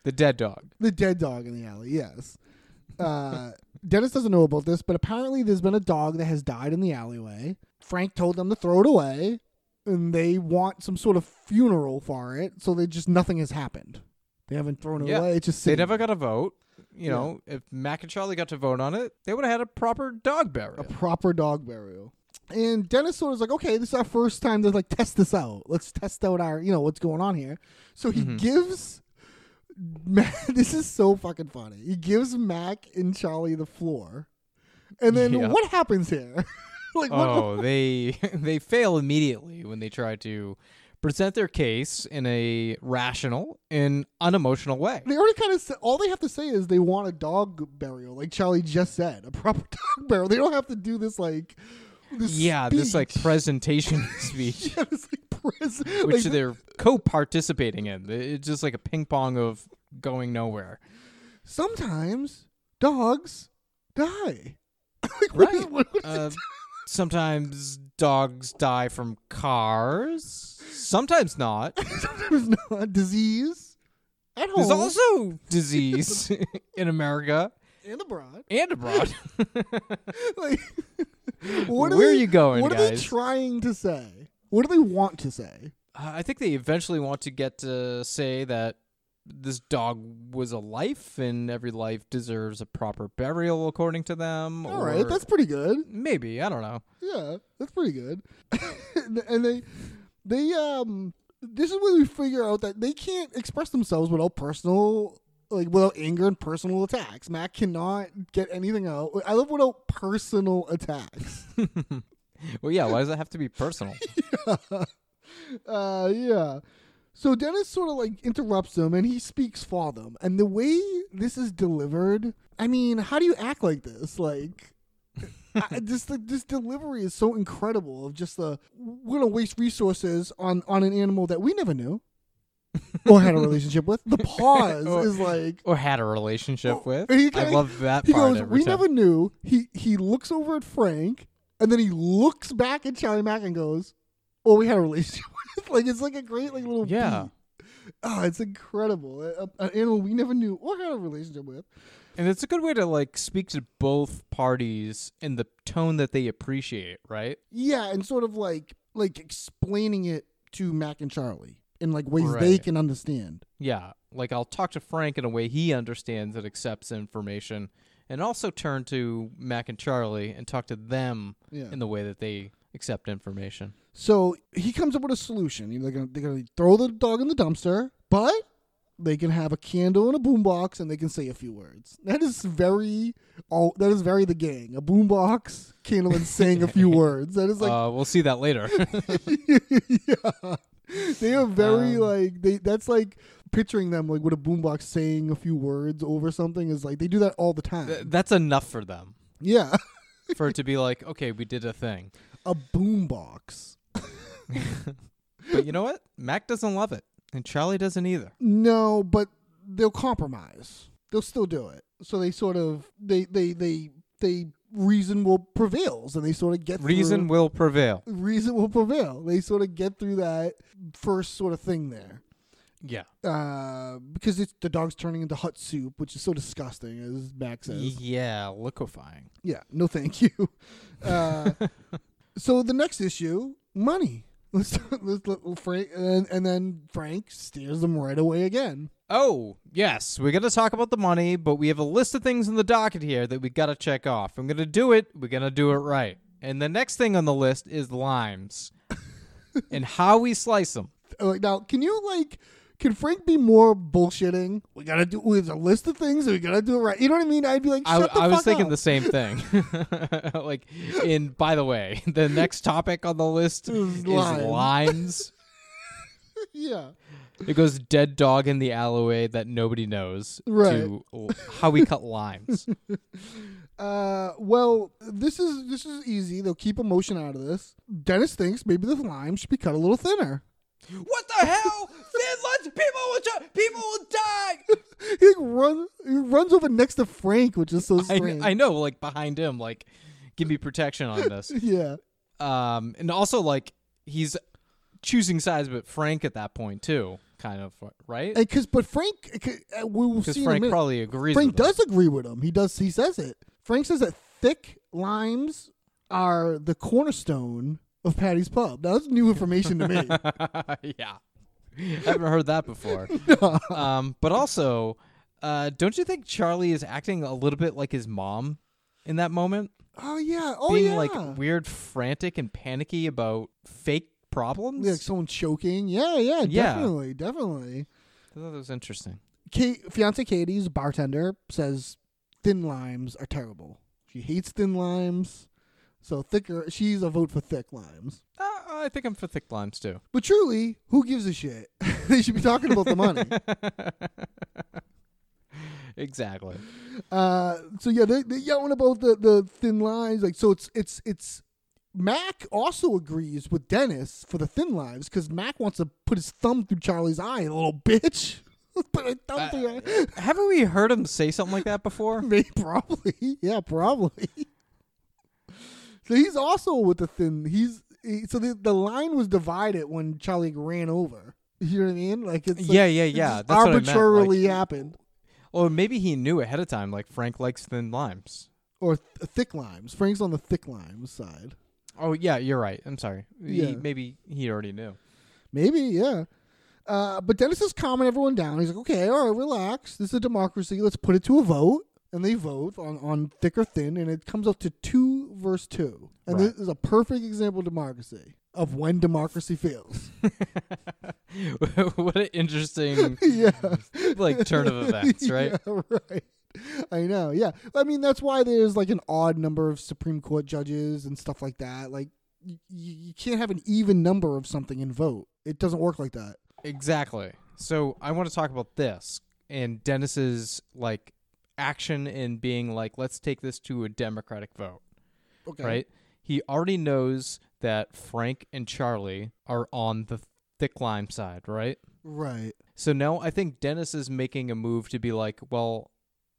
the dead dog. The dead dog in the alley, yes. Uh, Dennis doesn't know about this, but apparently there's been a dog that has died in the alleyway. Frank told them to throw it away, and they want some sort of funeral for it, so they just nothing has happened. They haven't thrown it Yeah. away. It's just They sitting never there. got a vote. You know, if Mac and Charlie got to vote on it, they would have had a proper dog burial. a proper dog burial. And Dennis sort of is like, okay, this is our first time to like test this out. Let's test out our, you know, what's going on here. So Mm-hmm. he gives Mac, this is so fucking funny. He gives Mac and Charlie the floor. And then Yeah. what happens here? like, what, oh, they they fail immediately when they try to present their case in a rational and unemotional way. they already kind of said, all they have to say is they want a dog burial, like Charlie just said, a proper dog burial. They don't have to do this, like, this Yeah, this like speech. presentation speech, Yeah, this, like, pres- which like, they're co-participating in. It's just like a ping pong of going nowhere. sometimes dogs die. like, what is- what is- Uh, sometimes dogs die from cars. Sometimes not. sometimes not disease at home There's also disease in America and abroad. and abroad. Like, what Where are they- you going, What are they guys? trying to say? What do they want to say? Uh, I think they eventually want to get to say that this dog was a life and every life deserves a proper burial according to them. All right, or- that's pretty good. maybe, I don't know. Yeah, that's pretty good. and they, they, um, this is where we figure out that they can't express themselves without personal, like without anger and personal attacks. Mac cannot get anything out. I love without personal attacks. Well, yeah, why does that have to be personal? uh, yeah. So Dennis sort of like interrupts them and he speaks for them. And the way this is delivered, I mean, how do you act like this? Like, I, this like, this delivery is so incredible of just the we're gonna waste resources on on an animal that we never knew or had a relationship with. The pause Or- is like or had a relationship with. He I kinda- love that He part goes, every "We time. never knew." He he looks over at Frank, and then he looks back at Charlie Mack and goes, "Well, we had a relationship." like it's like a great like little Yeah. beat. Oh, it's incredible. A- a- An animal we never knew or had a relationship with. And it's a good way to like speak to both parties in the tone that they appreciate, right? Yeah, and sort of like like explaining it to Mac and Charlie in like ways they Right. can understand. Yeah. Like I'll talk to Frank in a way he understands and accepts information and also turn to Mac and Charlie and talk to them Yeah. in the way that they accept information. So he comes up with a solution. They're gonna they're gonna throw the dog in the dumpster, but they can have a candle and a boombox, and they can say a few words. That is very oh, that is very the gang. A boombox, candle, and saying a few words. That is like uh, we'll see that later. yeah. They are very um, like they. That's like picturing them like with a boombox saying a few words over something is like they do that all the time. Th- That's enough for them. yeah, For it to be like, okay, we did a thing. a boombox. But you know what? Mac doesn't love it. And Charlie doesn't either. No, but they'll compromise. They'll still do it. So they sort of they they they they reason will prevails, and they sort of get Reason through, will prevail. reason will prevail. They sort of get through that first sort of thing there. Yeah. Uh, because it's the dog's turning into hot soup, which is so disgusting, as Max says. Yeah, liquefying. Yeah, no, thank you. Uh, so the next issue, money. Let's, let's let Frank, and, and then Frank steers them right away again. Oh, yes. We're going to talk about the money, but we have a list of things in the docket here that we got to check off. I'm going to do it. We're going to do it right. And the next thing on the list is limes and how we slice them. like now can you like Can Frank be more bullshitting? We gotta do. There's a list of things and we gotta do it right. You know what I mean? I'd be like, I, shut the I fuck was thinking up. the same thing. like, in by the way, the next topic on the list is lime. limes. Yeah. it goes dead dog in the alleyway that nobody knows Right. to l- how we cut limes. Uh, well, this is this is easy. They'll keep emotion out of this. Dennis thinks maybe the lime should be cut a little thinner. what the hell? There's lots of people will people will die. He like, runs he runs over next to Frank, which is so I, kn- strange. I know, like behind him, like give me protection on this. yeah. Um, and also like he's choosing sides, but Frank at that point too, kind of right? And cause, but Frank, uh, we will Because see. in a Frank minute. probably agrees. Frank with him. does agree with him. He does. He says it. Frank says that thick limes are the cornerstone of Patty's Pub. Now, that's new information to me. yeah. Haven't heard that before. Um, but also, uh, don't you think Charlie is acting a little bit like his mom in that moment? oh yeah. Oh Being yeah. like weird, frantic, and panicky about fake problems? Yeah, like someone choking. Yeah, yeah, Yeah. definitely, definitely. I thought that was interesting. Kate, fiance Katie's bartender says thin limes are terrible. She hates thin limes, so thicker. She's a vote for thick limes. Uh, I think I'm for thick limes too. But truly, who gives a shit? they should be talking about the money. Exactly. Uh, so yeah, they, they yelling about the the thin lines. Like so, it's it's it's. Mac also agrees with Dennis for the thin lives because Mac wants to put his thumb through Charlie's eye, little bitch. put a thumb Uh, through your eye. Haven't we heard him say something like that before? May probably. Yeah, probably. so he's also with the thin. He's he, so the the line was divided when Charlie ran over. You know what I mean? Like it's like- Yeah, yeah, it yeah. just That's what I meant, like- arbitrarily happened Or maybe he knew ahead of time, like Frank likes thin limes. or th- thick limes. Frank's on the thick limes side. Oh yeah, you're right. I'm sorry. He- Yeah. maybe he already knew. Maybe, yeah. Uh, but Dennis is calming everyone down. He's like, okay, all right, relax. This is a democracy. Let's put it to a vote. And they vote on, on thick or thin, and it comes up to two versus two. And Right. this is a perfect example of democracy, of when democracy fails. what an interesting yeah. like turn of events, right? Yeah, right. I know, yeah. I mean, that's why there's like an odd number of Supreme Court judges and stuff like that. Like, y- y- you can't have an even number of something and vote. It doesn't work like that. Exactly. So I want to talk about this and Dennis's like action in being like, let's take this to a democratic vote, Okay. right? He already knows that Frank and Charlie are on the thick lime side, right? Right. So now I think Dennis is making a move to be like, well,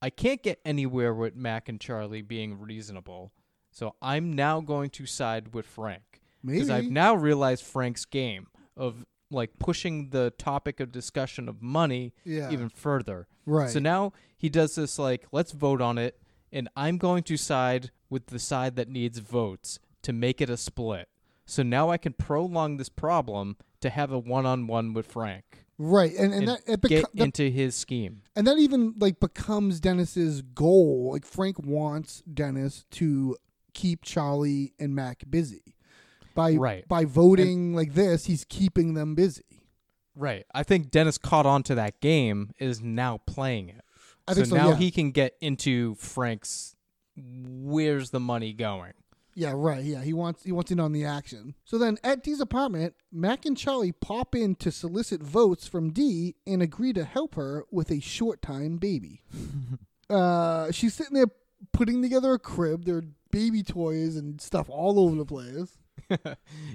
I can't get anywhere with Mac and Charlie being reasonable. So I'm now going to side with Frank. Because I've Maybe. now realized Frank's game of like pushing the topic of discussion of money Yeah. even further. Right. So now he does this like, let's vote on it, and I'm going to side with the side that needs votes to make it a split. So now I can prolong this problem to have a one on one with Frank Right, and and, and, that, it get beco- that- into his scheme. and that even like becomes Dennis's goal. Like Frank wants Dennis to keep Charlie and Mac busy by Right. by voting like this. He's keeping them busy. Right. I think Dennis caught on to that game is now playing it. I think so, now yeah. he can get into Frank's where's the money going? Yeah, right. Yeah, he wants he wants in on the action. So then at Dee's apartment, Mac and Charlie pop in to solicit votes from Dee and agree to help her with a short time baby. uh, she's sitting there putting together a crib. There are baby toys and stuff all over the place.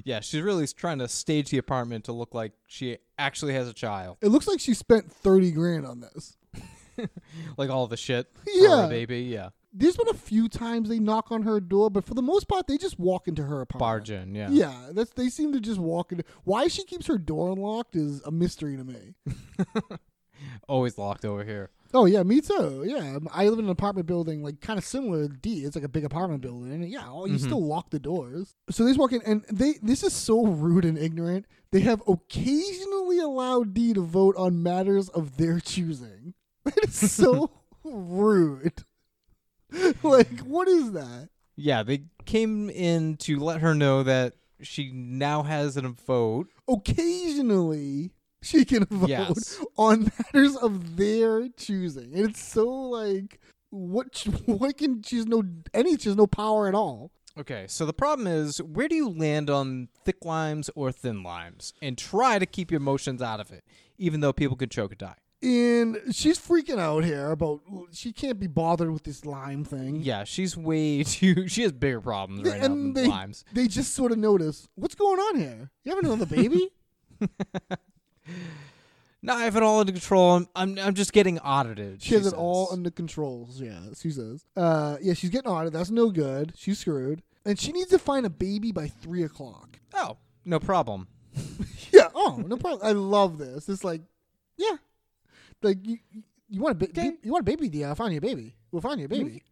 Yeah, she's really trying to stage the apartment to look like she actually has a child. It looks like she spent thirty grand on this. Like all the shit. for Yeah. her baby, yeah. There's been a few times they knock on her door, but for the most part, they just walk into her apartment. Barge in, Oh, yeah. Yeah, that's they seem to just walk into. Why she keeps her door unlocked is a mystery to me. Always locked over here. Oh yeah, me too. Yeah, um, I live in an apartment building, like kind of similar to D. It's like a big apartment building, and yeah, oh, you still lock the doors. So they just walk in, and they this is so rude and ignorant. They have occasionally allowed D to vote on matters of their choosing. That is so rude. like, what is that? Yeah, they came in to let her know that she now has a vote Occasionally she can vote Yes. on matters of their choosing. And it's so like what ch- what can she's no any she has no power at all. Okay, so the problem is, where do you land on thick limes or thin limes? And try to keep your emotions out of it, even though people can choke and die. And she's freaking out here about she can't be bothered with this lime thing. Yeah, she's way too. She has bigger problems They- right now than and they, limes. they just sort of notice what's going on here. You having another baby? No, I have it all under control. I'm, I'm, I'm just getting audited. She has says. it all under control. Yeah, she says. Uh, yeah, she's getting audited. That's no good. She's screwed, and she needs to find a baby by three o'clock. oh, no problem. Yeah. Oh, no problem. I love this. It's like, yeah, like you, you want a ba- Okay. you want a baby? Yeah, I'll find you a baby. We'll find you a baby.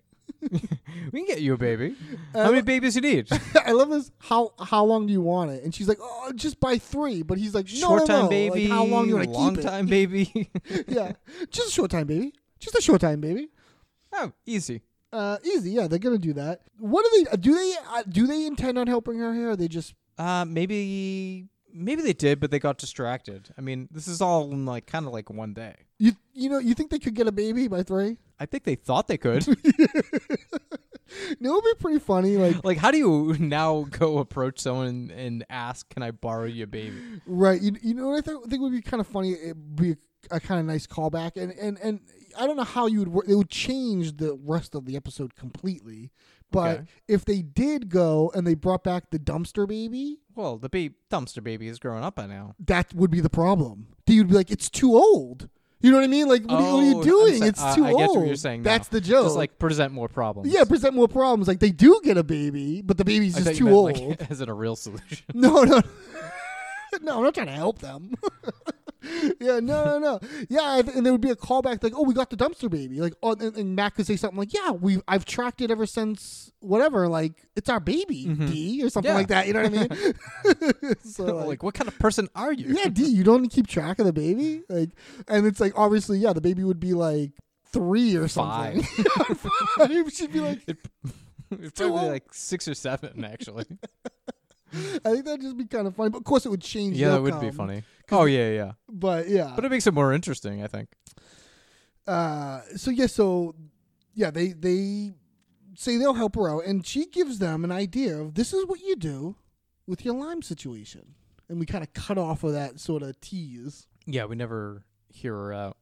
We can get you a baby. Um, How many babies you need? I love this. How how long do you want it? And she's like, oh, just by three. But he's like, no, Short no, time no. baby. Like, how long do you want to Long keep time baby. it? yeah, just a short time baby. Just a short time baby. oh, easy. Uh, easy. Yeah, they're gonna do that. What do they do? They uh, do they intend on helping her here? Or they just Uh, maybe maybe they did, but they got distracted. I mean, this is all in like kind of like one day. you you know you think they could get a baby by three? I think they thought they could. No, it'd be pretty funny. Like like, how do you now go approach someone and, and ask, "Can I borrow your baby?" right, you, you know what I th- think would be kind of funny. It'd be a, kind of nice callback, and and and I don't know how you would work. It would change the rest of the episode completely. But Okay. if they did go and they brought back the dumpster baby, Well, the ba- dumpster baby is growing up by now. that would be the problem. You'd be like, it's too old. You know what I mean? Like, what, are, you- what are you Oh, I'm doing? so- it's uh, too I old. get what you're saying. now. That's the joke. Just like present more problems. yeah, present more problems. Like they do get a baby, but the baby's I thought just you too old. meant, Like, is it a real solution? No, no. no, I'm not trying to help them. yeah, no, no, no. Yeah, I th- and there would be a callback like, "Oh, we got the dumpster baby." Like, oh, and, and Matt could say something like, "Yeah, we I've tracked it ever since whatever. Like, it's our baby, D, or Mm-hmm. something Yeah. like that." You know what I mean? so like, what kind of person are you? yeah, D, you don't keep track of the baby, like, and it's like obviously, yeah, the baby would be like three or something. Five. She'd be like, it's too probably old. like six or seven, actually. I think that'd just be kind of funny. But of course, it would change. yeah, the that would be outcome. funny. Oh yeah, yeah. But yeah, But it makes it more interesting, I think. uh, so yeah, so yeah, they they say they'll help her out, and she gives them an idea of this is what you do with your lime situation, and we kind of cut off of that sort of tease. Yeah, we never hear her out.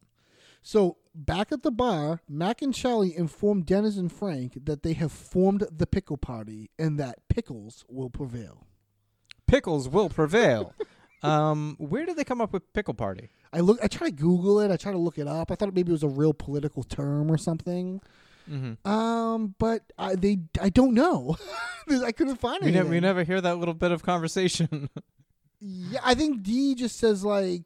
So back at the bar, Mac and Shelley inform Dennis and Frank that they have formed the pickle party and that pickles will prevail. Pickles will prevail. um, where did they come up with pickle party? I look. I try to Google it. I try to look it up. I thought maybe it was a real political term or something. Mm-hmm. Um, but I they I don't know. I couldn't find We, it. ne- we never hear that little bit of conversation. Yeah, I think D just says like,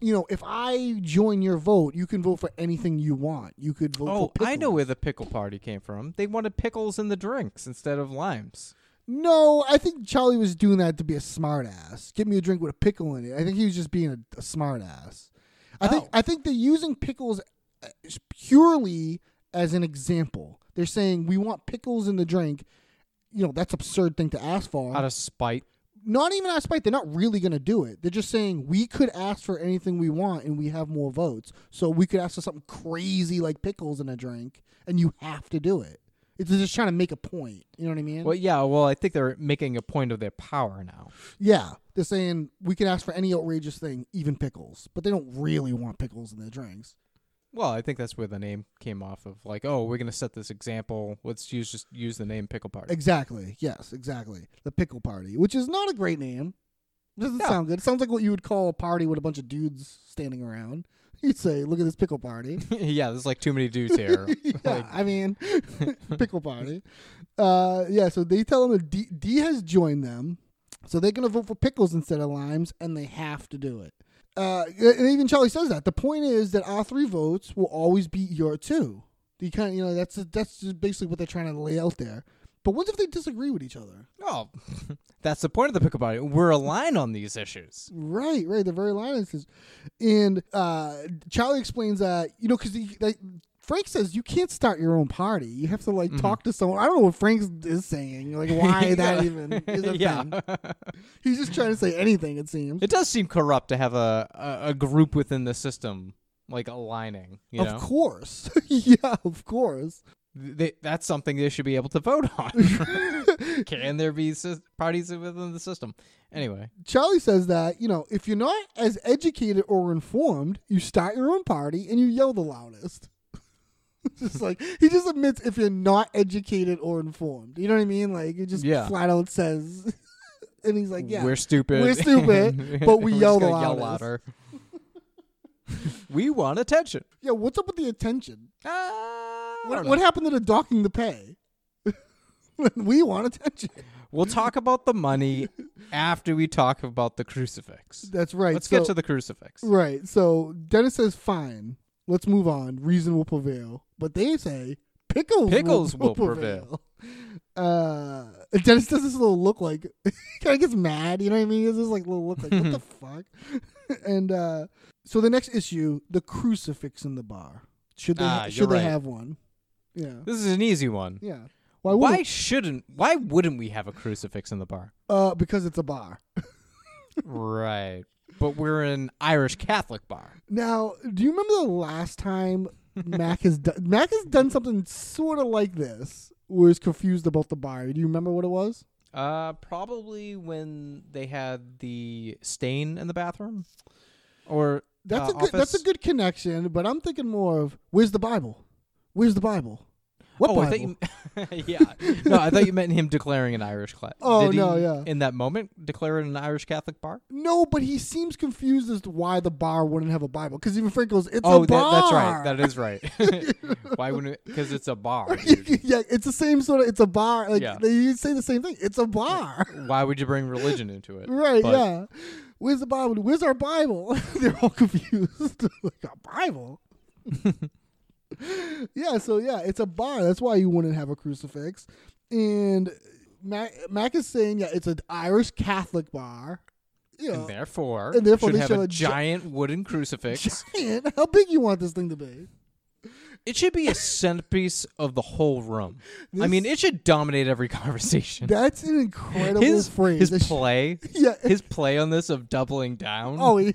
you know, if I join your vote, you can vote for anything you want. You could vote. oh, for pickles. I know where the pickle party came from. They wanted pickles in the drinks instead of limes. No, I think Charlie was doing that to be a smartass. Get me a drink with a pickle in it. I think he was just being a, a smart ass. I think Oh. I think they're using pickles uh, purely as an example. They're saying we want pickles in the drink. You know, that's absurd thing to ask for. Out of spite. Not even out of spite. They're not really going to do it. They're just saying we could ask for anything we want and we have more votes. So we could ask for something crazy like pickles in a drink and you have to do it. It's they're just trying to make a point. You know what I mean? Well, yeah, well, I think they're making a point of their power now. Yeah, they're saying we can ask for any outrageous thing, even pickles, but they don't really want pickles in their drinks. Well, I think that's where the name came off of. Like, oh, we're going to set this example. Let's use just use the name pickle party. Exactly. Yes, exactly. The pickle party, which is not a great name. Doesn't No. sound good. It sounds like what you would call a party with a bunch of dudes standing around. You'd say, "Look at this pickle party." yeah, there's like too many dudes here. yeah, I mean, pickle party. Uh, yeah, so they tell them that D, D has joined them, so they're going to vote for pickles instead of limes, and they have to do it. Uh, and even Charlie says that. The point is that our three votes will always beat your two. You kind of, you know, that's that's just basically what they're trying to lay out there. But what if they disagree with each other? Oh, that's the point of the pickle party. We're aligned on these issues. Right, right. The very line it says, and uh, Charlie explains that you know because like Frank says you can't start your own party. You have to like Mm-hmm. talk to someone. I don't know what Frank is saying. Like why that even is a yeah. thing. He's just trying to say anything. It seems. It does seem corrupt to have a, a, a group within the system like aligning. You know, Of course. yeah, of course. They, that's something they should be able to vote on. Can there be sys- parties within the system? Anyway, Charlie says that, you know, if you're not as educated or informed, you start your own party and you yell the loudest. It's just like he just admits if you're not educated or informed. You know what I mean? Like it just Yeah. flat out says and he's like, Yeah. we're stupid. We're stupid, but we We're just yell the gonna yell loudest. louder. we want attention. yeah, what's up with the attention? Ah, I What, don't what know. happened to the docking the pay? we want attention. we'll talk about the money after we talk about the crucifix. That's right. Let's so- get to the crucifix. Right. So Dennis says, "Fine, let's move on. Reason will prevail." But they say, "Pickles, Pickles will, will prevail." Uh, Dennis does this little look like he kind of gets mad. You know what I mean? He does this like little look like what the fuck? and uh, so the next issue, the crucifix in the bar. Should they? Ah, should you're they right. have one? Yeah. This is an easy one. Yeah. Why? Why Why? shouldn't? Why wouldn't we have a crucifix in the bar? Uh, because it's a bar. right. But we're an Irish Catholic bar. Now, do you remember the last time Mac has done Mac has done something sort of like this, where he's confused about the bar? Do you remember what it was? Uh, probably when they had the stain in the bathroom, or That's uh, a good, that's a office. good connection, but I'm thinking more of where's the Bible? Where's the Bible? What oh, Bible? I thought you. yeah. No, I thought you meant him declaring an Irish class. Oh, Did no, he, yeah. In that moment, declare it an Irish Catholic bar. no, but he seems confused as to why the bar wouldn't have a Bible because even Frank goes, "It's oh, a that, bar." that's right. That is right. Why wouldn't? Because it's a bar. dude. yeah, it's the same sort of. It's a bar. Like Yeah. they say the same thing. It's a bar. Why would you bring religion into it? Right, But- yeah. Where's the Bible? Where's our Bible? They're all confused. like, our Bible? yeah, so yeah, it's a bar. That's why you wouldn't have a crucifix. And Mac, Mac is saying, yeah, it's an Irish Catholic bar. You know, And therefore, And therefore should they have should a have gi- giant wooden crucifix. giant. How big you want this thing to be? It should be a centerpiece of the whole room. I This- mean, it should dominate every conversation. That's an incredible his phrase. his That sh- play, yeah. his play on this of doubling down. oh, yeah.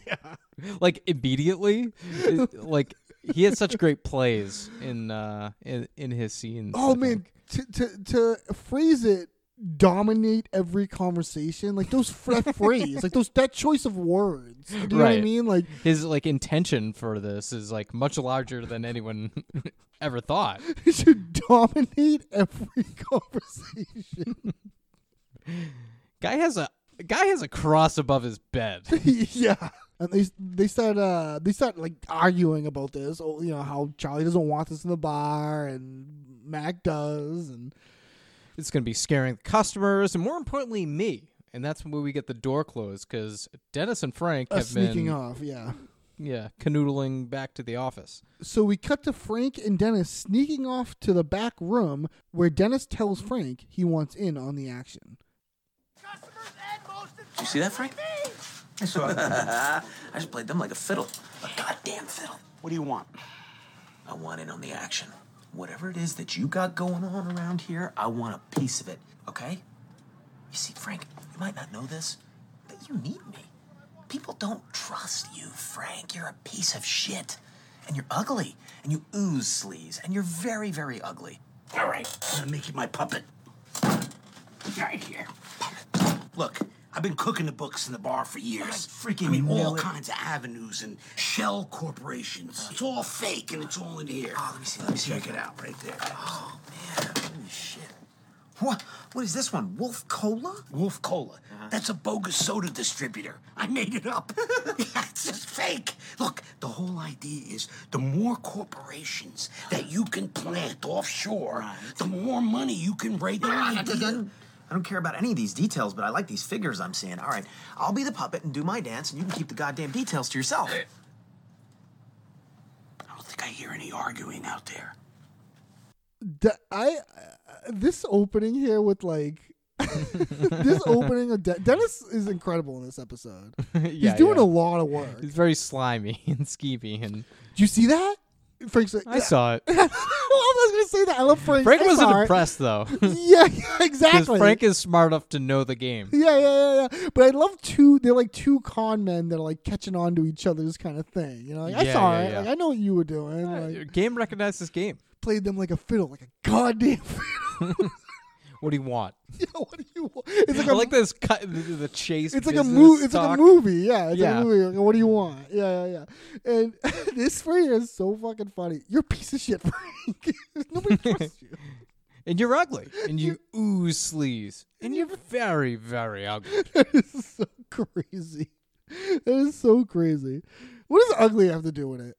like immediately, It- like he had such great plays in uh in in his scenes. Oh I man, think. to, to to phrase it, dominate every conversation. Like those fr- that phrase, like those that choice of words. Do you know what I Right. mean? Like his like intention for this is like much larger than anyone ever thought. it should dominate every conversation. Guy has a guy has a cross above his bed. yeah. And they they start uh they start like arguing about this. Oh, you know how Charlie doesn't want this in the bar and Mac does and It's going to be scaring the customers and more importantly, me. And that's where we get the door closed because Dennis and Frank us have been Uh, sneaking off. Yeah. yeah canoodling back to the office. So we cut to Frank and Dennis sneaking off to the back room where Dennis tells Frank he wants in on the action. You see that, Frank? I just played them like a fiddle. A goddamn fiddle. What do you want? I want in on the action. Whatever it is that you got going on around here, I want a piece of it, okay? You see, Frank, you might not know this, but you need me. People don't trust you, Frank. You're a piece of shit. And you're ugly. And you ooze sleaze. And you're very, very ugly. All right, I'm gonna make you my puppet. Right here. Look, I've been cooking the books in the bar for years. freaking I mean, all know it. kinds of avenues and shell corporations. It's all fake and it's all in here. Oh, let me see, let me see. Check it out right there. Oh man, holy shit. What what is this one? Wolf Cola? Uh-huh. Wolf Cola. That's a bogus soda distributor. I made it up. it's just fake. Look, the whole idea is the more corporations that you can plant offshore, the more money you can rake. I don't- I don't care about any of these details, but I like these figures I'm seeing. All right, I'll be the puppet and do my dance, and you can keep the goddamn details to yourself. I don't think I hear any arguing out there. D- I uh, this opening here with like this opening of De- Dennis is incredible in this episode. yeah, He's doing yeah. a lot of work. He's very slimy and skeevy and Do you see that? Frank's like, I saw it. well, I was going to say that. I love Frank. Frank I wasn't saw it. impressed though, Yeah, yeah, because exactly. Frank is smart enough to know the game. Yeah, yeah, yeah, yeah. But I love two. They're like two con men that are like catching on to each other's kind of thing. You know, like, I Yeah, saw yeah, it. yeah. Like I know what you were doing. Like, Game recognizes game. played them like a fiddle, like a goddamn fiddle. What do you want? yeah, what do you want? It's like I a like this cut, the chase. it's like a business movie. It's talk. like a movie. Yeah, it's Yeah. like a movie. Like, what do you want? Yeah, yeah, yeah. And this right here is so fucking funny. You're a piece of shit, Frank. Nobody trusts you. and you're ugly, and you ooze sleaze, and you're very, very ugly. That is so crazy. That is so crazy. What does ugly have to do with it?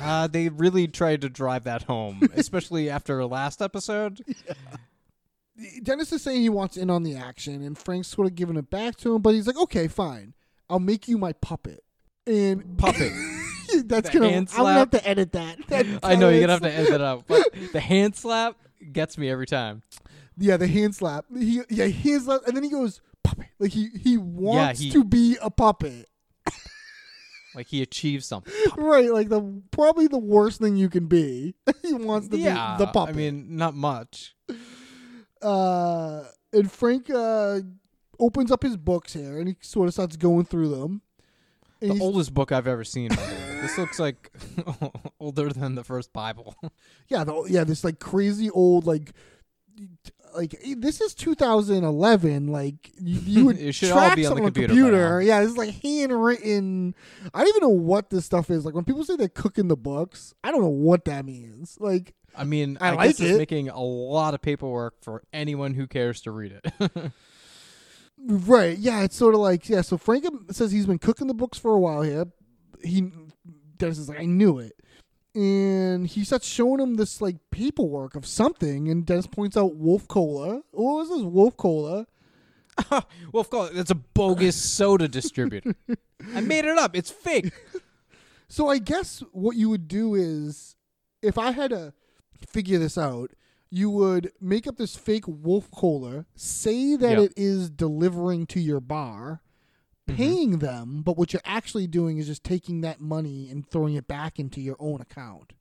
Uh, they really tried to drive that home, especially after last episode. Dennis is saying he wants in on the action, and Frank's sort of giving it back to him, but he's like, okay, fine. I'll make you my puppet. And Puppet. that's The gonna. I'm hand gonna slap. have to edit that. That I know you're gonna have entire to edit that out. But the hand slap gets me every time. Yeah, the hand slap. He yeah, hand slap, and then he goes puppet. Like he he wants he- to be a puppet, Like he achieves something. right? Like the probably the worst thing you can be. he wants to yeah, be the puppet. I mean, not much. uh, and Frank uh opens up his books here, and he sort of starts going through them. And The he's- oldest book I've ever seen. By the way. This looks like older than the first Bible. yeah, the, yeah, this like crazy old like. Like eh, this is 2011. Like you, you would It should all track be on the something on computer by now. Yeah, this is like handwritten. I don't even know what this stuff is. Like when people say they're cooking the books, I don't know what that means. Like I mean, I I, like guess it's it. making a lot of paperwork for anyone who cares to read it. Right. Yeah. It's sort of like yeah. So Frank um, says he's been cooking the books for a while here. He Dennis is like, I knew it, and he starts showing him this like paperwork of something, and Dennis points out Wolf Cola. What was this Wolf Cola? well, of course, that's a bogus soda distributor. I made it up. It's fake. So I guess what you would do is, if I had to figure this out, you would make up this fake Wolf Cola, say that Yep. Mm-hmm. it is delivering to your bar. Paying them, but what you're actually doing is just taking that money and throwing it back into your own account.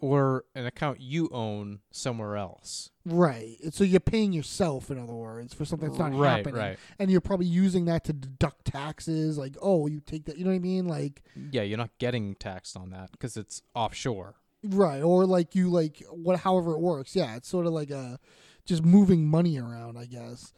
Or an account you own somewhere else. Right. So you're paying yourself, in other words, for something that's not Right, happening. right. And you're probably using that to deduct taxes. Like, oh, you take that. You know what I mean? Like, Yeah, you're not getting taxed on that because it's offshore. right. Or like you like what, however it works. Yeah. It's sort of like a just moving money around, I guess.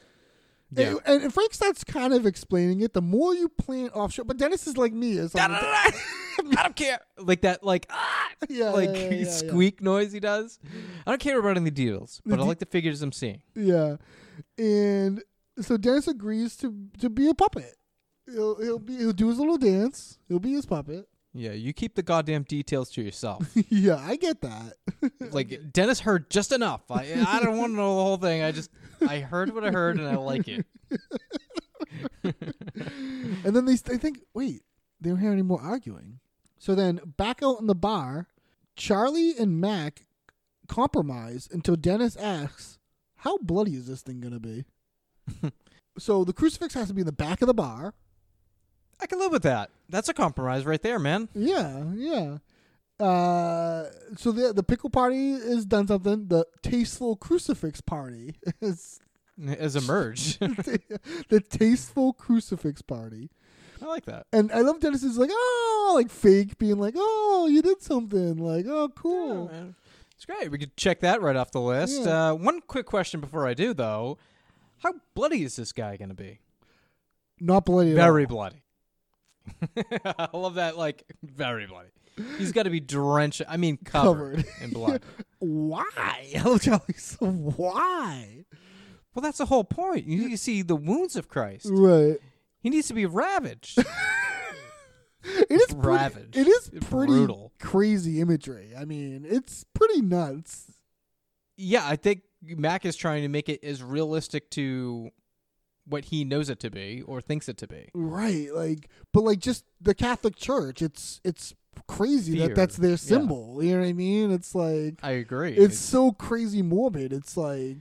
Yeah. And, and Frank starts kind of explaining it. The more you plan offshore, but Dennis is like me. It's like, I don't care. Like that, like ah, Yeah, like yeah, yeah, yeah, squeak noise he does. I don't care about any deals, but I de- like the figures I'm seeing. yeah. And so Dennis agrees to to be a puppet. He'll he'll be he'll do his little dance. He'll be his puppet. Yeah, you keep the goddamn details to yourself. yeah, I get that. like Dennis heard just enough. I I don't want to know the whole thing. I just I heard what I heard and I like it. And then they, they think, wait, they don't hear any more arguing. So then back out in the bar, Charlie and Mac compromise until Dennis asks, how bloody is this thing going to be? so the crucifix has to be in the back of the bar. I can live with that. That's a compromise right there, man. Yeah, yeah. Uh, so the the pickle party has done something. The tasteful crucifix party is As emerged. I the tasteful crucifix party. like that. And I love Dennis is like, oh, like fake being like, oh, you did something. Like, oh, cool. It's great. We could check that right off the list. Yeah. Uh, one quick question before I do though. How bloody is this guy gonna be? Not bloody. at Very all. bloody. I love that like very bloody. He's gotta be drenched I mean covered, Covered. in blood. Why? I love Charlie's. Why? Well that's the whole point. You need to see the wounds of Christ. Right. He needs to be ravaged. It is pretty, Ravaged. It is pretty Brutal. crazy imagery. I mean, it's pretty nuts. Yeah, I think Mac is trying to make it as realistic to what he knows it to be or thinks it to be. Right. Like, but like just the Catholic Church. It's it's crazy that Fear. that's their Yeah. symbol. You know what I mean? It's like I agree. it's so crazy morbid. It's like.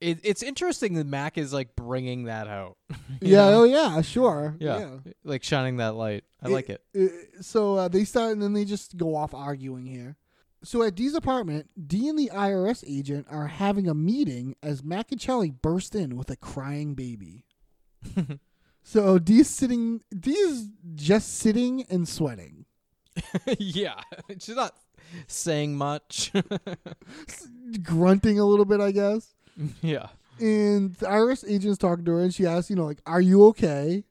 it, it's interesting that Mac is like bringing that out. You Yeah. know? Oh, yeah. Sure. yeah, yeah. like shining that light. I like it. Uh, so uh, they start and then they just go off arguing here. So at Dee's apartment, Dee and the IRS agent are having a meeting as Machiavelli bursts in with a crying baby. so Dee's sitting. Dee is just sitting and sweating. yeah, she's not saying much. grunting a little bit, I guess. yeah. And the IRS agent's talking to her, and she asks, you know, like, "Are you okay?"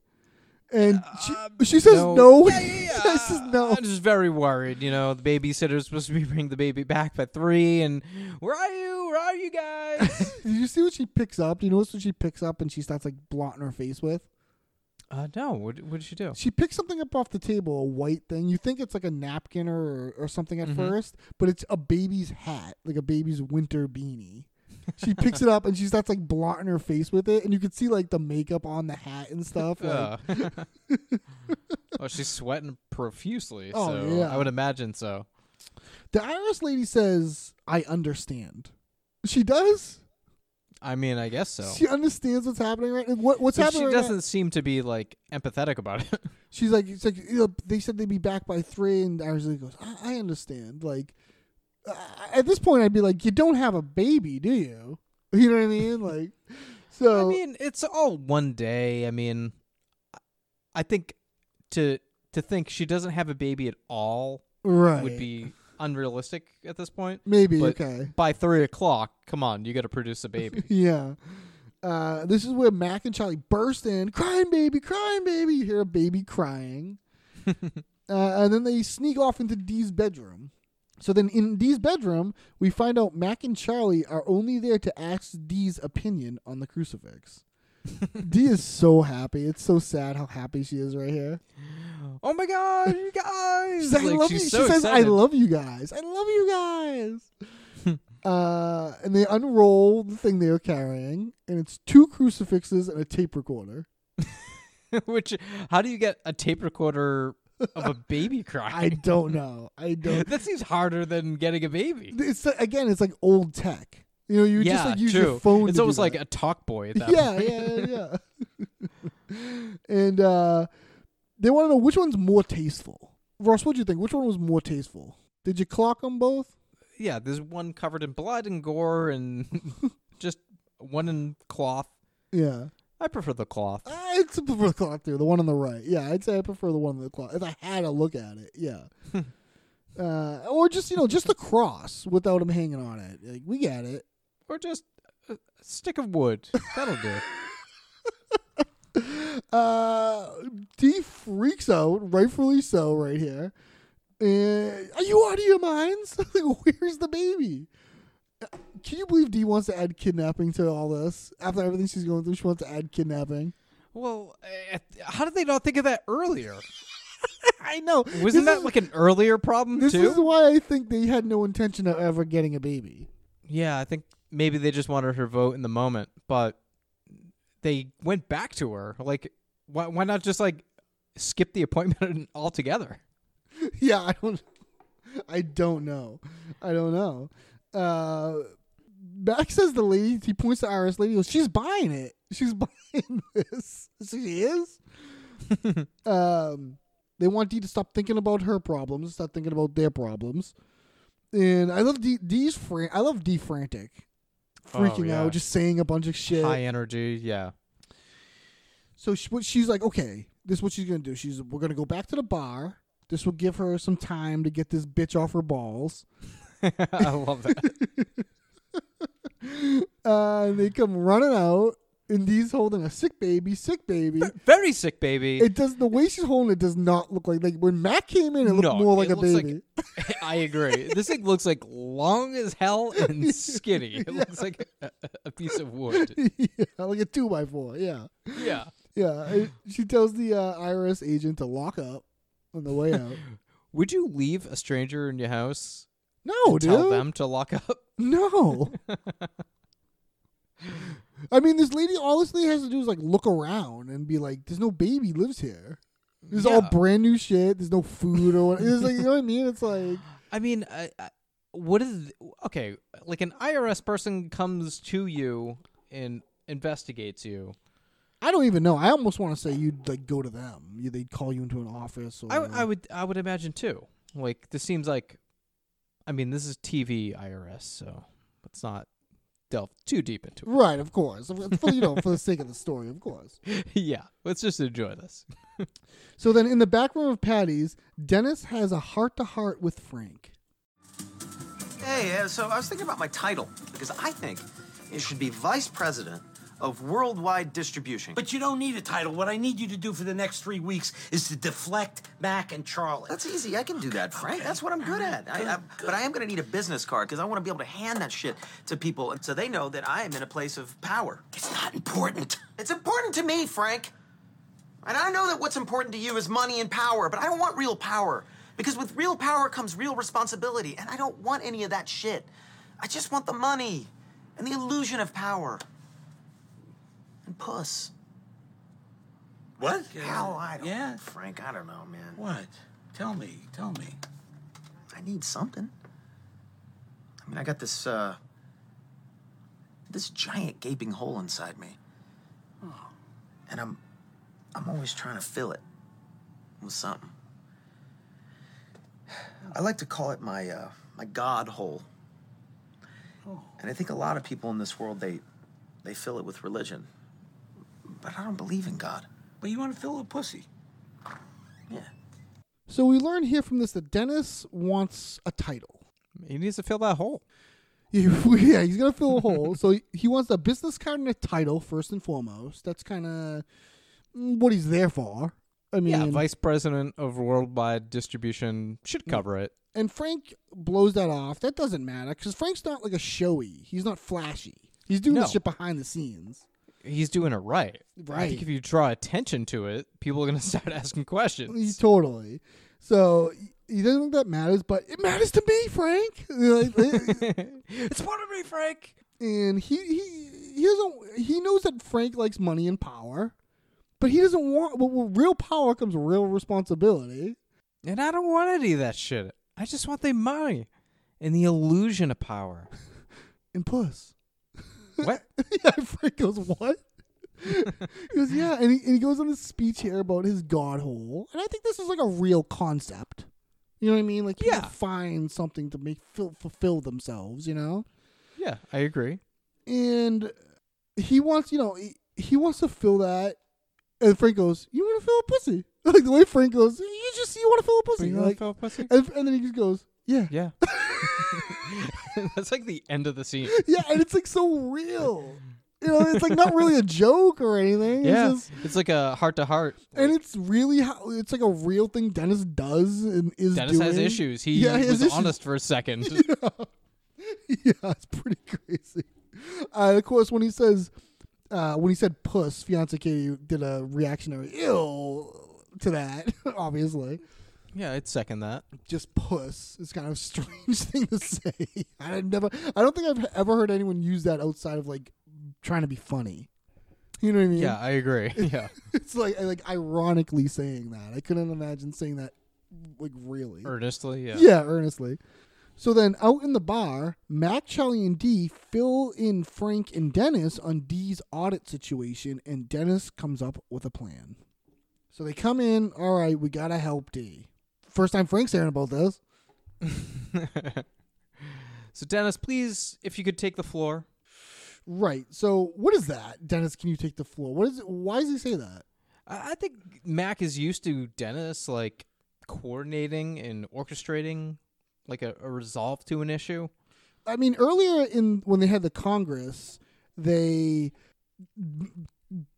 And she, she says no. no. she says no. I'm just very worried. You know, the babysitter's supposed to be bringing the baby back by three, and where are you? Where are you guys? Did you see what she picks up? Do you notice what she picks up and she starts like blotting her face with? uh, no. What, what did she do? She picks something up off the table, a white thing. You think it's like a napkin or, or something at Mm-hmm. first, but it's a baby's hat, like a baby's winter beanie. She picks it up and she starts like blotting her face with it, and you can see like the makeup on the hat and stuff. Like, Uh, well, Oh, she's sweating profusely. Oh, so yeah. I would imagine so. The IRS lady says, I understand. She does? I mean, I guess so. She understands what's happening right now. What, what's But happening she right doesn't now- seem to be like empathetic about it. She's like, it's like you know, they said they'd be back by three, and the IRS lady goes, I, I understand. Like, I- at this point, I'd be like, you don't have a baby, do you? You know what I mean? Like, so. I mean, it's all one day. I mean, I think to to think she doesn't have a baby at all right. would be unrealistic at this point. Maybe, But okay. By three o'clock, come on, you got to produce a baby. Yeah. Uh, this is where Mac and Charlie burst in, crying baby, crying baby. You hear a baby crying. uh, and then they sneak off into Dee's bedroom. So then in Dee's bedroom, we find out Mac and Charlie are only there to ask Dee's opinion on the crucifix. Dee is so happy. It's so sad how happy she is right here. oh my god, you guys! She's like, I Like, love she's you. so she says, excited. I love you guys. I love you guys. uh, and they unroll the thing they were carrying, and it's two crucifixes and a tape recorder. Which, how do you get a tape recorder of a baby I crying? don't know. I don't. that seems harder than getting a baby. It's like- again, it's like old tech. You know, you yeah, just like use true. your phone. it's to almost do like that. a talk boy at that yeah, point. yeah, yeah, yeah. and uh, they want to know which one's more tasteful. Ross, what do you think? Which one was more tasteful? Did you clock them both? yeah, there's one covered in blood and gore and just one in cloth. Yeah. I I prefer the cloth. I prefer the clock through the one on the right. Yeah, I'd say I prefer the one on the clock. If I had to look at it, yeah. uh, or just you know, just the cross without him hanging on it. Like we get it. Or just a a stick of wood. That'll do. Uh, D freaks out, rightfully so, right here. And are you out of your minds? like, where's the baby? Uh, Can you believe D wants to add kidnapping to all this? After everything she's going through, she wants to add kidnapping. well, eh, how did they not think of that earlier? I know. Wasn't This that is- like an earlier problem This too? is why I think they had no intention of ever getting a baby. yeah, I think maybe they just wanted her vote in the moment, but they went back to her. Like, why, why not just like skip the appointment altogether? yeah, I don't. I don't know. I don't know. Uh, Max says the lady. He points to Iris. Lady, he goes, she's buying it. She's buying this. She is. um, they want Dee to stop thinking about her problems. Stop thinking about their problems. And I love D. Dee's fran- I love D. Frantic, freaking yeah. out, just saying a bunch of shit. High energy, yeah. So she, what she's like, okay, this is what she's gonna do. She's we're gonna go back to the bar. This will give her some time to get this bitch off her balls. I love that. Uh, and they come running out, and Dee's holding a sick baby, sick baby. Very sick baby. It does the way she's holding it does not look like like when Matt came in, it looked No, more like it a looks like- baby. I agree. This thing looks like long as hell and skinny. It looks like a, a piece of wood. yeah, like a two by four. Yeah, Yeah. yeah. It- she tells the uh, IRS agent to lock up on the way out. Would you leave a stranger in your house? No, dude. Tell them to lock up. No. I mean, this lady, all this lady has to do is like look around and be like, "There's no baby lives here. This is all Yeah. brand new shit. There's no food or what." It's like you know what I mean. It's like I mean, I, I, what is okay? Like an IRS person comes to you and investigates you. I don't even know. I almost want to say you'd like go to them. You, they'd call you into an office. Or I, I would I would imagine too. Like this seems like I mean, this is TV IRS, so let's not delve too deep into Right, of course. For, you know, for the sake of the story, of course. it. yeah, let's just enjoy this. So then, in the back room of Patty's, Dennis has a heart to heart with Frank. Hey, uh, so I was thinking about my title because I think it should be Vice President of Worldwide Distribution. But you don't need a title. What I need you to do for the next three weeks is to deflect Mac and Charlie. that's easy. I can do that, Frank. That's what I'm good at. I, I, But I am going to need a business card because I want to be able to hand that shit to people so they know that I am in a place of power. It's not important. It's important to me, Frank. And I know that what's important to you is money and power, but I don't want real power. Because with real power comes real responsibility, and I don't want any of that shit. I just want the money and the illusion of power. And puss. What? Hell, I don't Yeah. Frank, I don't know, man. What? Tell me. Tell me. I need something. I mean, I got this, uh, this giant gaping hole inside me. And I'm, I'm always trying to fill it with something. I like to call it my, uh, my God hole. Oh. And I think a lot of people in this world, they, they fill it with religion. But I don't believe in God. But you want to fill a pussy. Yeah. So we learn here from this that Dennis wants a title. He needs to fill that hole. yeah, he's gonna fill a hole. So he- he wants a business card and a title first and foremost. That's kind of what he's there for. I mean, Yeah, vice president of worldwide distribution should cover it. and Frank blows that off. That doesn't matter because Frank's not like a showy. He's not flashy. He's doing this No. shit behind the scenes. He's doing it right. I Right. think if you draw attention to it, people are going to start asking He- questions. totally. So he doesn't think that matters, but it matters to me, Frank. Like, it's part of me, Frank. and he he he doesn't he knows that Frank likes money and power, but he doesn't want. Well, with real power comes real responsibility. And I don't want any of that shit. I just want the money and the illusion of power. And puss. What? yeah, Frank goes what? he goes yeah, and he, and he goes on this speech here about his god hole, and I think this is like a real concept. You know what I mean? Like people Yeah. find something to make fill, fulfill themselves. You know. yeah, I agree. and he wants, you know, he, he wants to fill that. And Frank goes, "You want to fill a pussy?" Like the way Frank goes, "You just you want to fill a pussy?" You wanna Like- fill a pussy? And, and then he just goes, "Yeah, yeah,", Yeah. That's like the end of the scene. and it's like so real. You know, it's like not really a joke or anything. Yeah. It's just, It's like a heart to heart. and it's really how it's like a real thing Dennis does and is Dennis has doing. issues. He Yeah, was issues. honest for a second. yeah, it's pretty crazy. Uh, of course, when he says, uh, when he said "puss," fiance Katie did a reactionary ill to that. Obviously, yeah, I'd second that. just "puss" is kind of a strange thing to say. I never, I don't think I've ever heard anyone use that outside of like trying to be funny. You know what I mean? Yeah, I agree. Yeah. it's like like ironically saying that. I couldn't imagine saying that like really. Earnestly, yeah. Yeah, earnestly. So then out in the bar, Mac, Charlie, and D fill in Frank and Dennis on D's audit situation, and Dennis comes up with a plan. So they come in, all right, we gotta help D. First time Frank's hearing about this. So Dennis, please, if you could take the floor. Right. So what is that? Dennis, can you take the floor? What is it why does he say that? I I think Mac is used to Dennis like coordinating and orchestrating like a, a resolve to an issue. I mean, earlier in when they had the Congress, they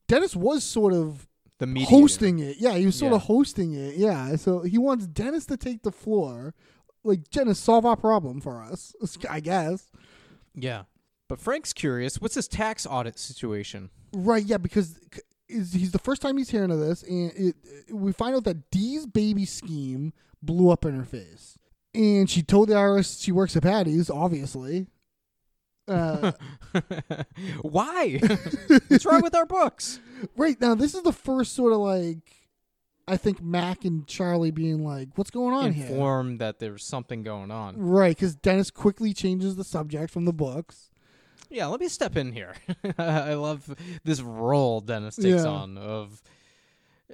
Dennis was sort of The media hosting it. Yeah, he was sort of Yeah. hosting it. Yeah, so he wants Dennis to take the floor. Like, Dennis, solve our problem for us, I guess. Yeah. But Frank's curious. What's his tax audit situation? Right, yeah, because c- is- he's the first time he's hearing of this, and it, it- we find out that Dee's baby scheme blew up in her face. And she told the IRS she works at Patty's, obviously. Uh, Why? What's wrong with our books? right now, this is the first sort of like, I think Mac and Charlie being like, what's going on here? Informed that there's something going on. Right, because Dennis quickly changes the subject from the books. Yeah, let me step in here. I love this role Dennis takes Yeah. on of,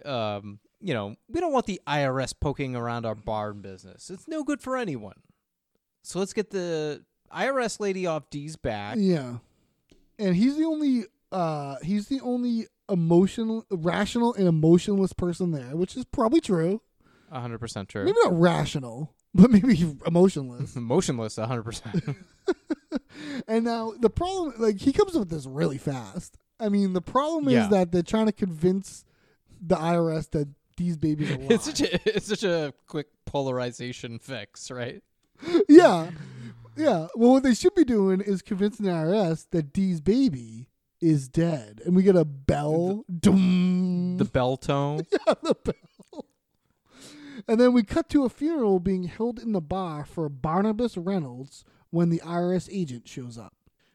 um, you know, we don't want the IRS poking around our barn business. It's no good for anyone. So let's get the IRS lady off D's back. Yeah. And he's the only uh he's the only emotional rational and emotionless person there, which is probably true. 100% true. Maybe not rational, but maybe emotionless. Motionless, 100%. and now the problem like he comes up with this really fast. I mean, the problem Yeah. is that they're trying to convince the IRS that these babies are it's alive. such a it's such a quick polarization fix, right? yeah. Yeah. Well, what they should be doing is convincing the IRS that Dee's baby is dead. And we get a bell. Doom. The bell tone. the bell. And then we cut to a funeral being held in the bar for Barnabas Reynolds when the IRS agent shows up.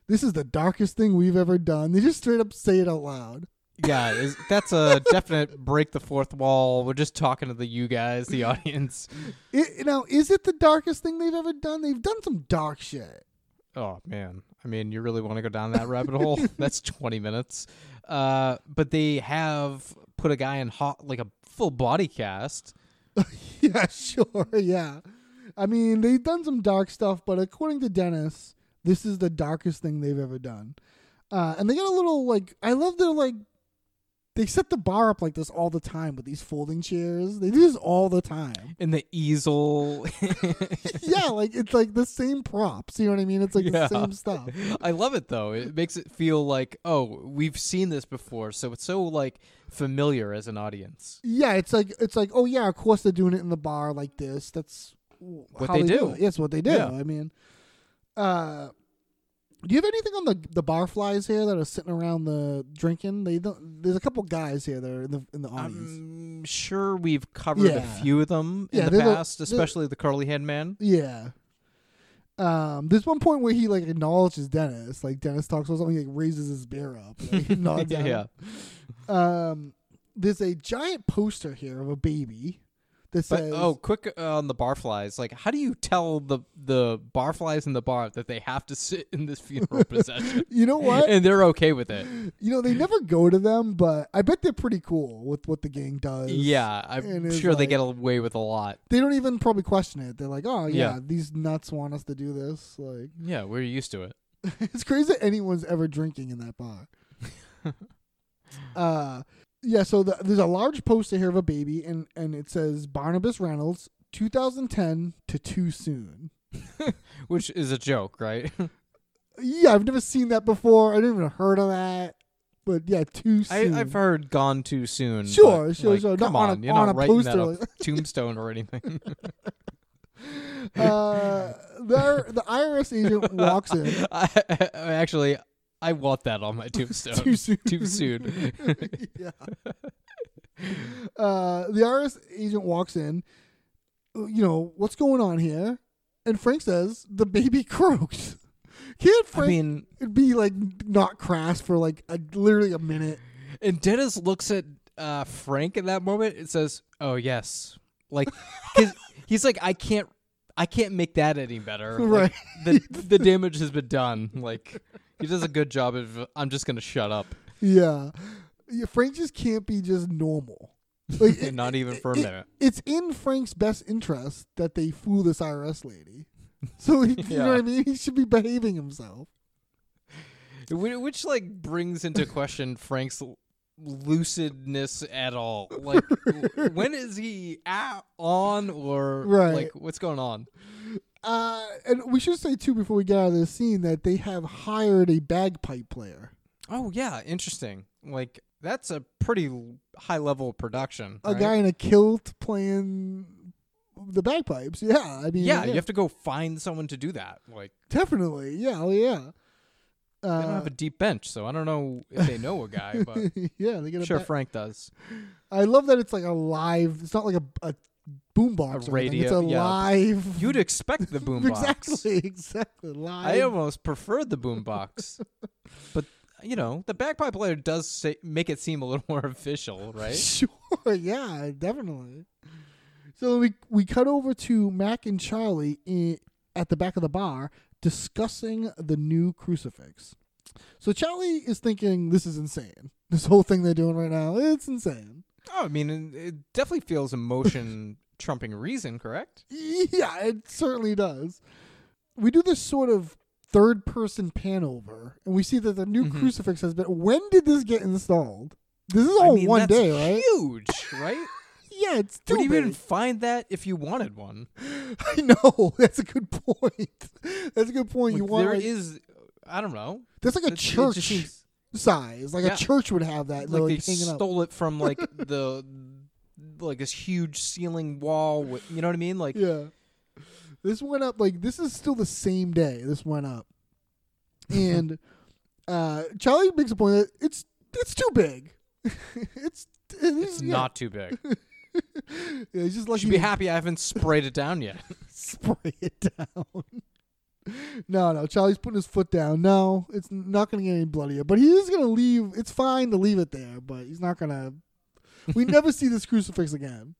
This is the darkest thing we've ever done. They just straight up say it out loud. Yeah, is, that's a definite break the fourth wall. We're just talking to the you guys, the audience. It, now, is it the darkest thing they've ever done? They've done some dark shit. Oh man, I mean, you really want to go down that rabbit hole? That's twenty minutes. Uh, but they have put a guy in hot, like a full body cast. yeah, sure. Yeah. I mean, they've done some dark stuff, but according to Dennis, this is the darkest thing they've ever done. Uh, and they got a little like I love their like they set the bar up like this all the time with these folding chairs. They do this all the time. in the easel. yeah, like it's like the same props. You know what I mean? It's like Yeah. the same stuff. I love it though. It makes it feel like, oh, we've seen this before, so it's so like familiar as an audience. Yeah, it's like it's like oh yeah, of course they're doing it in the bar like this. That's what they do. Yes, what they do. Yeah. I mean, uh, do you have anything on the the barflies here that are sitting around the drinking? They don't, there's a couple guys here that are in the in the Um, audience. I'm sure we've covered Yeah. a few of them in Yeah, the they're the- past, they're- especially the curly head man. yeah. Um, there's one point where he like acknowledges Dennis. Like Dennis talks about something, he like raises his beer up. Like, he nods at him. yeah, Um, there's a giant poster here of a baby that but says, oh, quick uh, on the barflies. Like, how do you tell the the barflies in the bar that they have to sit in this funeral procession, you know what?" and they're okay with it? You know, they never go to them, but I bet they're pretty cool with what the gang does. Yeah, And I'm it's sure they like- get away with a lot. They don't even probably question it. They're like, oh, yeah, Yeah. these nuts want us to do this. Like, Yeah, we're used to it. it's crazy that anyone's ever drinking in that bar. uh, yeah, so the, there's a large poster here of a baby, and, and it says Barnabas Reynolds, 2010 to too soon. Which is a joke, right? Yeah, I've never seen that before. I didn't even heard of that. But yeah, too I, soon. I've heard "Gone Too Soon." Sure, but, sure, like, sure. Not Come on a- on, you're on not a writing poster that on like- a tombstone or anything. Uh, there, the IRS agent walks in. I, I- actually, I want that on my tombstone. Too soon. Too soon. yeah. Uh, the IRS agent walks in. You know what's going on here, and Frank says the baby croaked. Can't I Frank mean, be like not crass for like a, literally a minute? and Dennis looks at uh, Frank in that moment and says, "Oh yes," like 'cause he's like, "I can't." I can't make that any better. Like, the the damage has been done. Like he does a good job of I'm just gonna shut up. Yeah. yeah Frank just can't be just normal. Like it- Not even for a it- minute. It's in Frank's best interest that they fool this IRS lady. So he, you know what I Yeah. mean. He should be behaving himself. Wh- Which like brings into question Frank's l- lucidness at all. Like, w- when is he at, on or Right. like what's going on? Uh, and we should say too before we get out of this scene that they have hired a bagpipe player. Oh yeah, interesting. Like that's a pretty l- high level of production. A right? guy in a kilt playing the bagpipes. Yeah, I mean, Yeah, you have to go find someone to do that. Like definitely. Yeah, oh yeah. they don't Uh, have a deep bench, so I don't know if they know a guy, but yeah, they get I'm a. sure ba- Frank does. I love that it's like a live. It's not like a, a boombox. A or anything. It's radio, a yeah. live. You'd expect the boombox. exactly, exactly live. I almost preferred the boombox, but you know the bagpipe player does say, make it seem a little more official, right? Sure, yeah, definitely. So we we cut over to Mac and Charlie in, at the back of the bar discussing the new crucifix. So Charlie is thinking this is insane. This whole thing they're doing right now, it's insane. Oh, I mean, it- it definitely feels emotion trumping reason, correct? Yeah, it certainly does. we do this sort of third person pan over and we see that the Mm-hmm. new crucifix has been when did this get installed this is all I mean, Oh, one that's day right Huge, right? yeah it's too Would you even big. find that if you wanted one? i know that's a good point that's a good point you Like, want there like, is- I don't know. that's like a it's- it church just seems- size like Yeah. a church would have that like like, they hanging up stole it from like the like this huge ceiling wall. With, you know what I mean? Like yeah. This went up like this is still the same day. This went up, and uh Charlie makes a point that it's it's too big. it's it's not too big. You Yeah, he's just lucky should be to happy I haven't sprayed it down yet. spray it down. no, no, Charlie's putting his foot down. No, it's not going to get any bloodier. But he is going to leave. It's fine to leave it there, but he's not going to. We never see this crucifix again.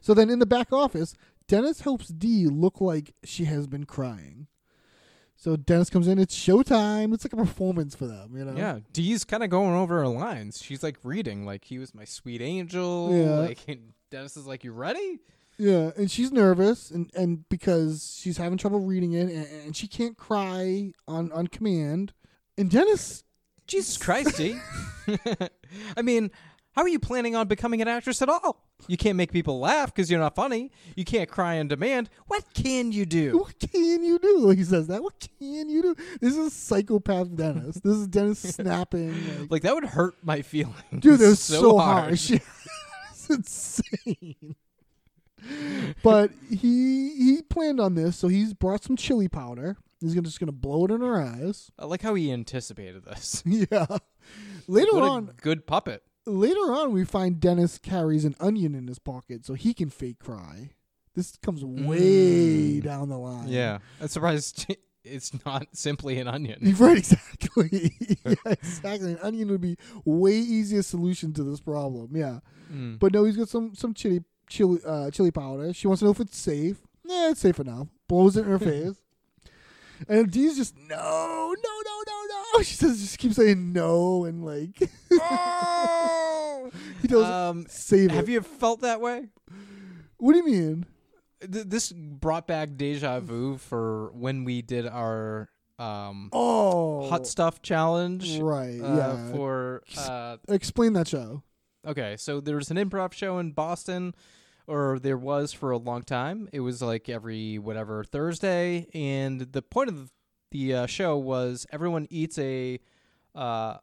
So then in the back office, Dennis helps Dee look like she has been crying. So Dennis comes in. It's showtime. It's like a performance for them, you know. Yeah, Dee's kind of going over her lines. She's like reading, like he was my sweet angel. Yeah. Like and Dennis is like, you ready? Yeah, and she's nervous, and, and because she's having trouble reading it, and, and she can't cry on on command. And Dennis Jesus Christ, Dee. I mean, how are you planning on becoming an actress at all? You can't make people laugh because you're not funny. You can't cry on demand. What can you do? what can you do? He says that. What can you do? This is psychopath Dennis. this is Dennis snapping. Like, Like that would hurt my feelings. dude, that was so, so, harsh. it's insane. but he he planned on this, so he's brought some chili powder. He's gonna, just gonna blow it in her eyes. I like how he anticipated this. Yeah. Later What a on, good puppet. later on, we find Dennis carries an onion in his pocket, so he can fake cry. This comes way down the line. Mm. Yeah, I'm surprised it's not simply an onion. Right, exactly. yeah, exactly. An onion would be way easier solution to this problem. Yeah, Mm. but no, he's got some some chili chili uh, chili powder. She wants to know if it's safe. Nah, it's safe enough. Blows it in her face, and Dee's just no, no, no, no, no. She says, just keeps saying no, and like he does Um, save Have it. you felt that way? what do you mean? Th- this brought back deja vu for when we did our um, Oh, hot stuff challenge. Right, uh, yeah. For uh, explain that show. okay, so there was an improv show in Boston, or there was for a long time. It was like every whatever Thursday, and the point of the uh, show was everyone eats a uh,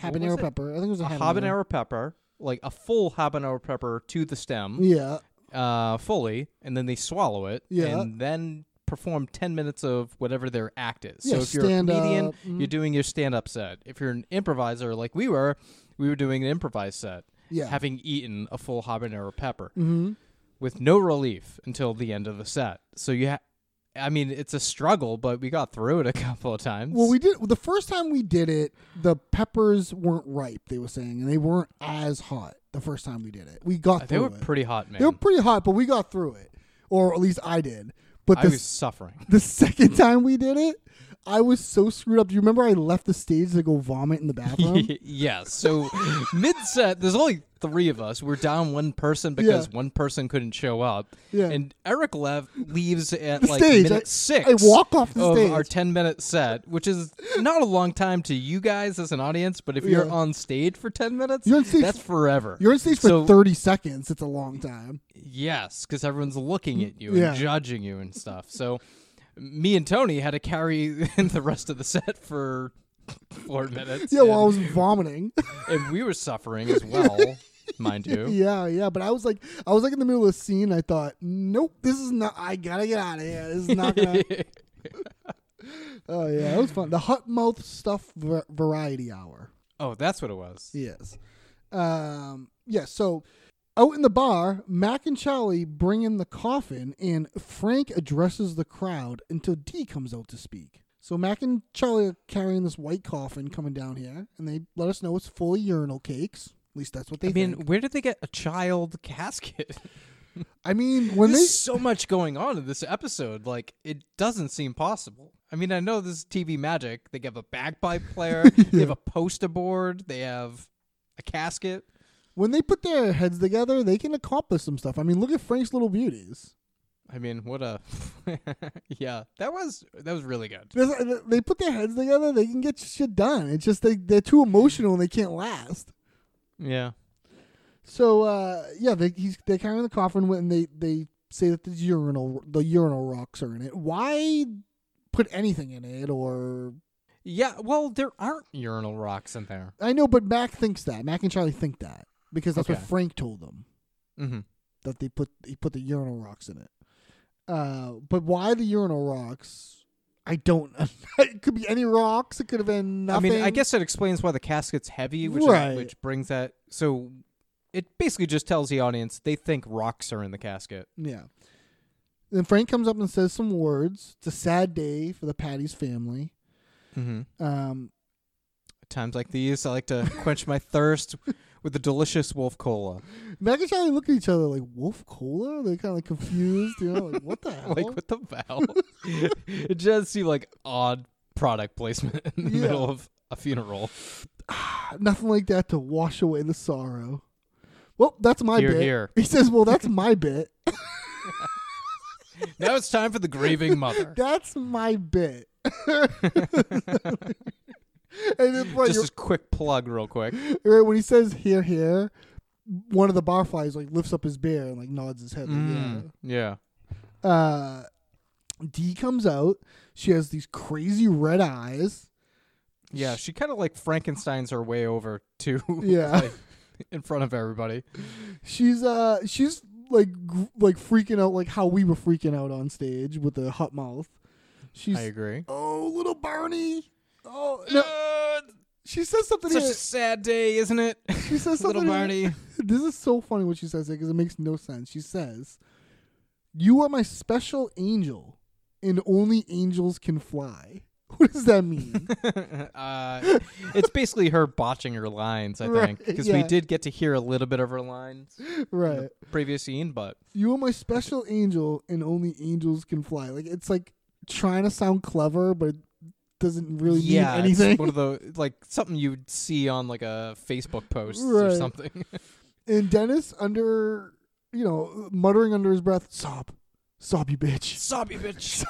what was Habanero it? pepper. I think it was a, a habanero pepper, like a full habanero pepper to the stem, Yeah. uh, fully, and then they swallow it, Yeah. and then perform 10 minutes of whatever their act is. Yeah, so if you're a stand comedian, up, mm. you're doing your stand up set. If you're an improviser like we were, we were doing an improvised set, Yeah. Mm-hmm. having eaten a full habanero pepper with no relief until the end of the set. So you ha- I mean, it's a struggle, but we got through it a couple of times. Well, we did the first time we did it. The peppers weren't ripe. They were saying, and they weren't as hot the first time we did it. We got they through were it. pretty hot, man. They were pretty hot, but we got through it, or at least I did. But I the, was suffering. the second time we did it, I was so screwed up. Do you remember I left the stage to go vomit in the bathroom? yeah. So mid set, there's only three of us. We're down one person because Yeah. one person couldn't show up. Yeah. And Eric Lev leaves at The like stage, minute I- six. I walk off the of stage. our ten minute set, which is not a long time to you guys as an audience, but if you're Yeah. on stage for ten minutes, You're on stage that's f- forever. You're on stage for So, thirty seconds. It's a long time. Yes, because everyone's looking at you Yeah. and judging you and stuff. So me and Tony had to carry the rest of the set for four minutes. Yeah, while I and- was vomiting. and we were suffering as well, mind you. Yeah, yeah, but I was like, I was like in the middle of the scene. I thought, nope, this is not. I gotta get out of here. This is not gonna. oh yeah, that was fun. The hot mouth stuff var- variety hour. Oh, that's what it was. Yes. Um. Yeah. So, out in the bar, Mac and Charlie bring in the coffin, and Frank addresses the crowd until Dee comes out to speak. So Mac and Charlie are carrying this white coffin coming down here, and they let us know it's full of urinal cakes. At least that's what they I mean, think. where did they get a child casket? I mean, when There's they so much going on in this episode. Like, it doesn't seem possible. I mean, I know this is TV magic. They have a bagpipe player, they have a poster board, they have a casket. when they put their heads together, they can accomplish some stuff. I mean, look at Frank's Little Beauties. I mean, what a yeah. That was that was really good. There's- uh, They put their heads together. They can get shit done. It's just they they're too emotional and they can't last. Yeah. So uh, yeah, they he's they're carrying the coffin and they they say that the urinal the urinal rocks are in it. Why put anything in it or Yeah, well, there aren't urinal rocks in there. I know, but Mac thinks that Mac and Charlie think that because that's Okay. what Frank told them Mm-hmm. that they put he put the urinal rocks in it. Uh, but why the urinal rocks? I don't. it could be any rocks. It could have been I nothing. mean, I guess it explains why the casket's heavy, which Right. is, which brings that. So it basically just tells the audience they think rocks are in the casket. Yeah. Then Frank comes up and says some words. It's a sad day for the Patty's family. Mm-hmm. Um, At times like these, I like to quench my thirst with the delicious wolf cola. Mac and Charlie look at each other like Wolf Cola. They're kind of like confused, you know, like what the hell? Like what the hell? it just seemed like odd product placement in the Yeah. middle of a funeral. Nothing like that to wash away the sorrow. Well, that's my Hear, bit. hear. He says, "Well, that's my bit. Now it's time for the grieving mother. That's my bit." and then like, Just a quick plug, real quick. right, when he says "here, here," one of the barflies like lifts up his bear and like nods his head. like, yeah. Mm, Yeah. uh, D comes out. She has these crazy red eyes. Yeah, she kind of like Frankenstein's her way over to Yeah. like, in front of everybody. She's uh, she's like gr- like freaking out, like how we were freaking out on stage with the hot mouth. She's I agree. oh, little Barney. Oh, no, she says something. such here- a sad day, isn't it? she says something. Little here- Barney. This is so funny what she says here because it makes no sense. She says, "You are my special angel, and only angels can fly." What does that mean? Uh, it's basically her botching her lines, I Right, think, because we yeah. did get to hear a little bit of her lines right. previous scene, but You are my special angel, and only angels can fly. Like it's like trying to sound clever, but it doesn't really yeah, mean anything. it's one of the like something you'd see on like a Facebook post or Right. something. and Dennis, under you know, muttering under his breath, "Sob, sob, you bitch." Sob you bitch.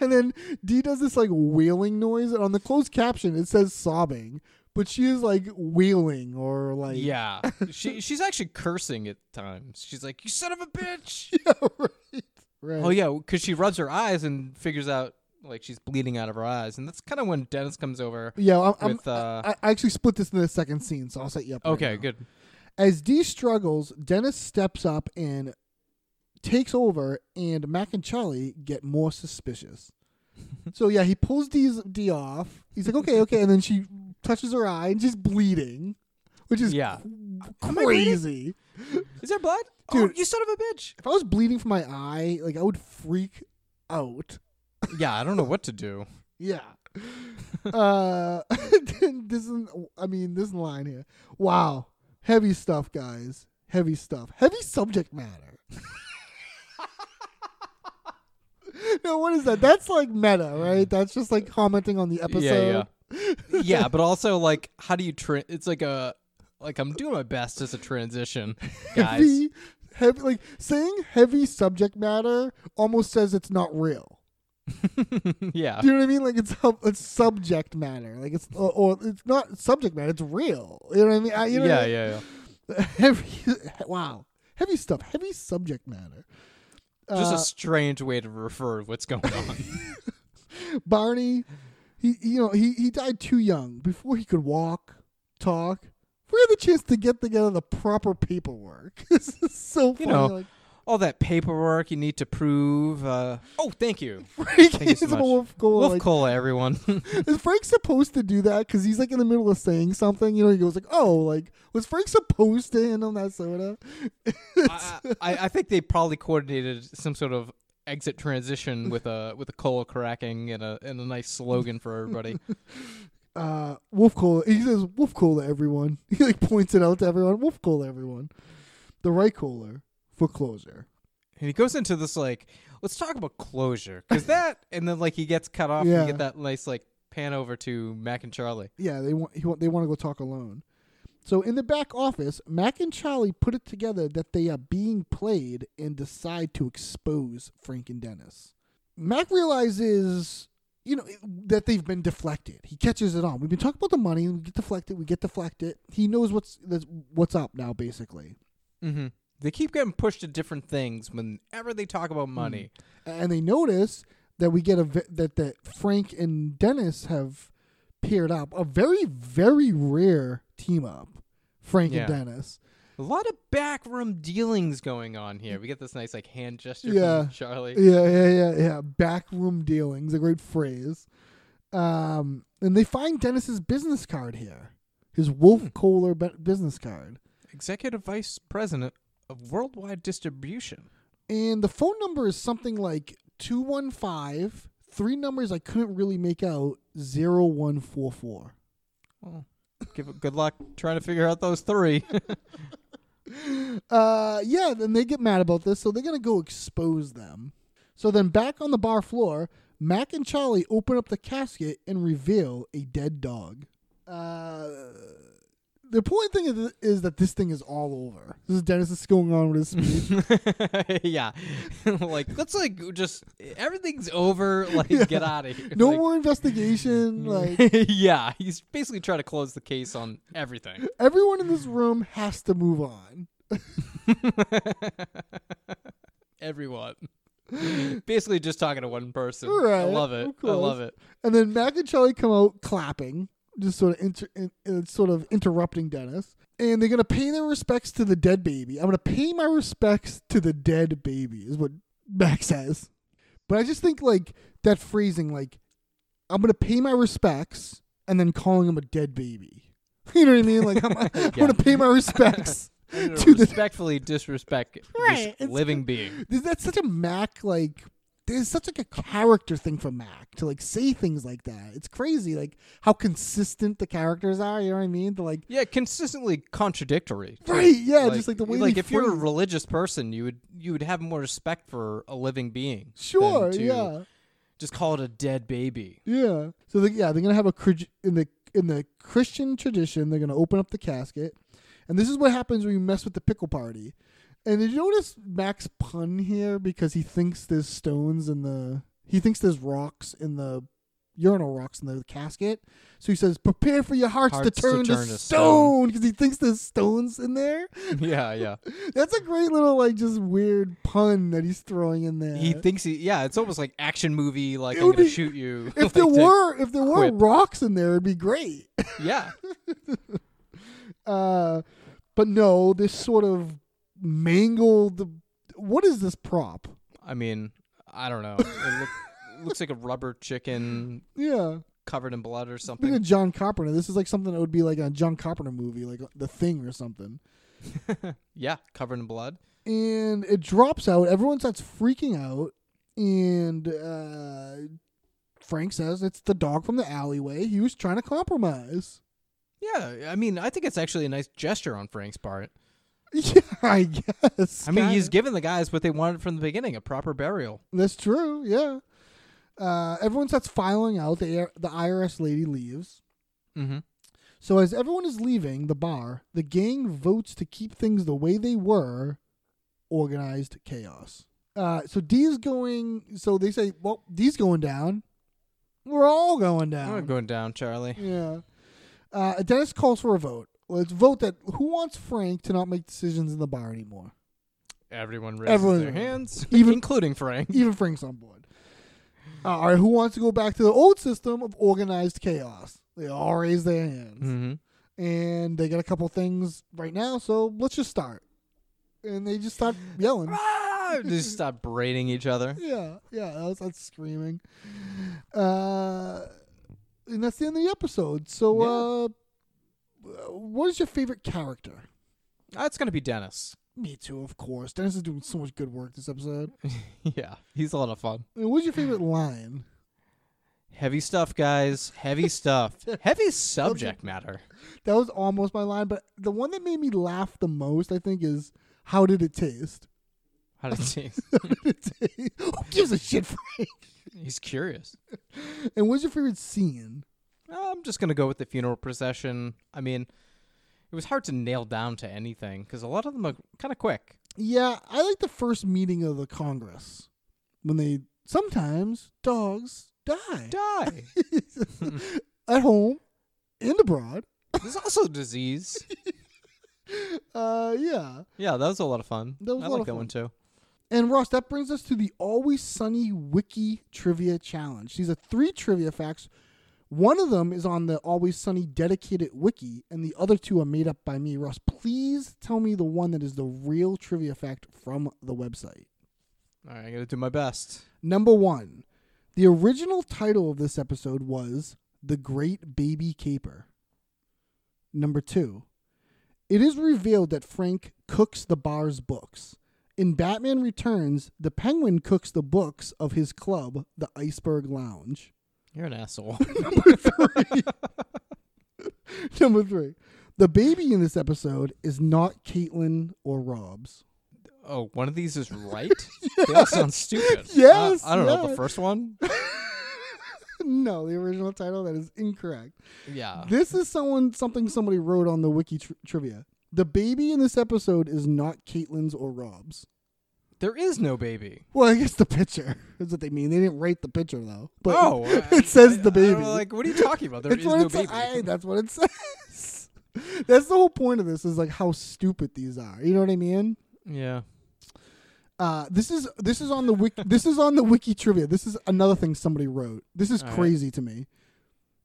And then Dee does this like wailing noise, and on the closed caption it says sobbing, but she is like wailing or like yeah, she she's actually cursing at times. She's like, "You son of a bitch." right, right. Oh yeah, because she rubs her eyes and figures out like she's bleeding out of her eyes, and that's kind of when Dennis comes over. Yeah, I'm, I'm- With, uh, I, I actually split this into the second scene, so I'll set you up. right Okay, now. good. As Dee struggles, Dennis steps up and takes over, and Mac and Charlie get more suspicious. so yeah, he pulls Dee's Dee off. He's like, okay, okay, and then she touches her eye and she's bleeding, which is Yeah. cr- crazy. Is there blood? oh, Dude. you son of a bitch! If I was bleeding from my eye, like I would freak out. Yeah, I don't know what to do. Yeah. uh, this is, I mean, this line here. Wow, heavy stuff, guys. Heavy stuff. Heavy subject matter. no, what is that? That's like meta, right? That's just like commenting on the episode. Yeah, yeah, yeah. But also, like, how do you? Tra- it's like a like I'm doing my best as a transition, guys. Heavy, heavy, like saying heavy subject matter almost says it's not real. yeah, Do you know what I mean? Like it's sub- it's subject matter. Like it's or, or it's not subject matter. It's real. You know what I mean? I, you know what I yeah, yeah, mean? yeah. heavy wow heavy stuff heavy subject matter Just Uh, a strange way to refer what's going on. barney he you know he, he died too young before he could walk talk if we had the chance to get together the proper paperwork this is so funny know, like All that paperwork you need to prove. Uh, oh, thank you. frank Thank you is so a much. wolf goal Wolf like, cola, everyone. is frank supposed to do that because he's like in the middle of saying something you know he goes like oh like was frank supposed to hand him that soda I, I I think they probably coordinated some sort of exit transition with a with a cola cracking and a and a nice slogan for everybody. uh, Wolf Cola. He says Wolf Cola, everyone. He like points it out to everyone. Wolf Cola, everyone. The right cooler for closer. and he goes into this like, let's talk about closure, because that, and then like he gets cut off, and Yeah. you get that nice like pan over to Mac and Charlie. Yeah, they want he want they want to go talk alone. So in the back office, Mac and Charlie put it together that they are being played and decide to expose Frank and Dennis. Mac realizes, you know, that they've been deflected. He catches it on. We've been talking about the money. We get deflected. We get deflected. He knows what's that's- what's up now, basically. They keep getting pushed to different things whenever they talk about money. and they notice that we get a ve- that that Frank and Dennis have paired up a very very rare team up Frank Yeah. and Dennis A lot of backroom dealings going on here. We get this nice like hand gesture Yeah. from Charlie. yeah yeah yeah yeah backroom dealings a great phrase um and they find Dennis's business card here his Wolf Kohler bu- business card Executive Vice President of Worldwide Distribution. and the phone number is something like 215 three numbers I couldn't really make out 0144 Give it good luck trying to figure out those three. Uh, yeah, then they get mad about this, so they're gonna go expose them. So then, back on the bar floor, Mac and Charlie open up the casket and reveal a dead dog. Uh, the important thing is, is that this thing is all over. This is Dennis is going on with his speech. yeah, like let's like just everything's over. Like get out of here. No Like- more investigation. like yeah, he's basically trying to close the case on everything. everyone in this room has to move on. Everyone. Basically, just talking to one person. I Right, love it. of I love course. it. And then Mac and Charlie come out clapping, just sort of inter- in, uh, sort of interrupting Dennis. And they're gonna pay their respects to the dead baby. I'm gonna pay my respects to the dead baby is what Mac says. But I just think like that phrasing, like I'm gonna pay my respects, and then calling him a dead baby. You know what I mean? Like I'm, I'm gonna pay my respects I'm gonna to the respectfully disrespect Right, this it's- living being. Th- that's such a Mac like there's such like a character thing for Mac to like say things like that. It's crazy like how consistent the characters are, you know what I mean? To like Yeah, consistently contradictory. too. Right, yeah, just like the way Like they if you're a phrase- religious person, you would you would have more respect for a living being. than sure, to yeah. Just call it a dead baby. Yeah. So they, yeah, they're gonna have a cri- in the in the Christian tradition. They're gonna open up the casket, and this is what happens when you mess with the pickle party. And did you notice Mac's pun here because he thinks there's stones in the he thinks there's rocks in the urinal rocks in the casket. So he says, "Prepare for your hearts, Hearts to turn to, stone," because he thinks there's stones in there. Yeah, yeah. That's a great little like just weird pun that he's throwing in there. He thinks he. Yeah, it's almost like action movie. Like It I'm would gonna be- shoot you. if like, there to- were if there were quip. rocks in there, it'd be great. yeah, Uh, but no, this sort of mangled. What is this prop? I mean, I don't know. It look, looks like a rubber chicken Yeah, covered in blood or I think something. of John Carpenter. This is like something that would be like a John Carpenter movie, like The Thing or something. Yeah, covered in blood. And it drops out. Everyone starts freaking out, and uh, Frank says it's the dog from the alleyway. He was trying to compromise. Yeah, I mean, I think it's actually a nice gesture on Frank's part. Yeah, I guess. I mean, Kinda. he's given the guys what they wanted from the beginning—a proper burial. That's true. Yeah. Uh, everyone starts filing out. The air- the IRS lady leaves. Mhm. So as everyone is leaving the bar, the gang votes to keep things the way they were, organized chaos. Uh, so D's going. So they say, "Well, D's going down. We're all going down." I'm going down, Charlie. Yeah. Uh, Dennis calls for a vote. Let's vote that who wants Frank to not make decisions in the bar anymore. Everyone raises Everyone- their hands, Even- including Frank. Even Frank's on board. All right, who wants to go back to the old system of organized chaos? They all raise their hands. And they got a couple things right now, so let's just start. And they just start yelling. Ah, just stop braiding each other. yeah, yeah, that was that's screaming. Uh, and that's the end of the episode. So, uh, what is your favorite character? Ah, it's gonna be Dennis. Me too, of course. Dennis is doing so much good work this episode. Yeah, he's a lot of fun. And what's your favorite line? Heavy stuff, guys. Heavy stuff. Heavy subject matter. That was almost my line, but the one that made me laugh the most, I think, is "How did it taste?" How did he? How did it taste? Who gives a shit, Frank? He's curious. And what's your favorite scene? Uh, I'm just gonna go with the funeral procession. I mean, it was hard to nail down to anything because a lot of them are kind of quick. Yeah, I like the first meeting of the Congress when they sometimes dogs die Die. at home and abroad. There's also a disease. Uh, yeah. Yeah, that was a lot of fun. That was I a lot like of that one fun. too. And Ross, that brings us to the Always Sunny Wiki Trivia Challenge. These are three trivia facts. One of them is on the Always Sunny dedicated wiki, and the other two are made up by me. Ross, please tell me the one that is the real trivia fact from the website. All right, I'm gonna do my best. Number one, the original title of this episode was The Great Baby Caper. Number two, it is revealed that Frank cooks the bar's books. In Batman Returns, the penguin cooks the books of his club, the Iceberg Lounge. You're an asshole. Number three, the baby in this episode is not Caitlin or Rob's. oh, one of these is right. They all sound stupid. Yes, I, I don't know yeah. the first one. no, the original title, that is incorrect. Yeah. This is someone something somebody wrote on the wiki tr- trivia. The baby in this episode is not Caitlin's or Rob's. There is no baby. Well, I guess the picture is what they mean. They didn't write the picture though. But Oh, I- it says the I- I don't baby. know, like, what are you talking about? There is That's what no it baby. sa- I- that's what it says. that's the whole point of this is like how stupid these are. You know what I mean? yeah. Uh, this is this is on the wiki. this is on the wiki trivia. This is another thing somebody wrote. This is crazy to me.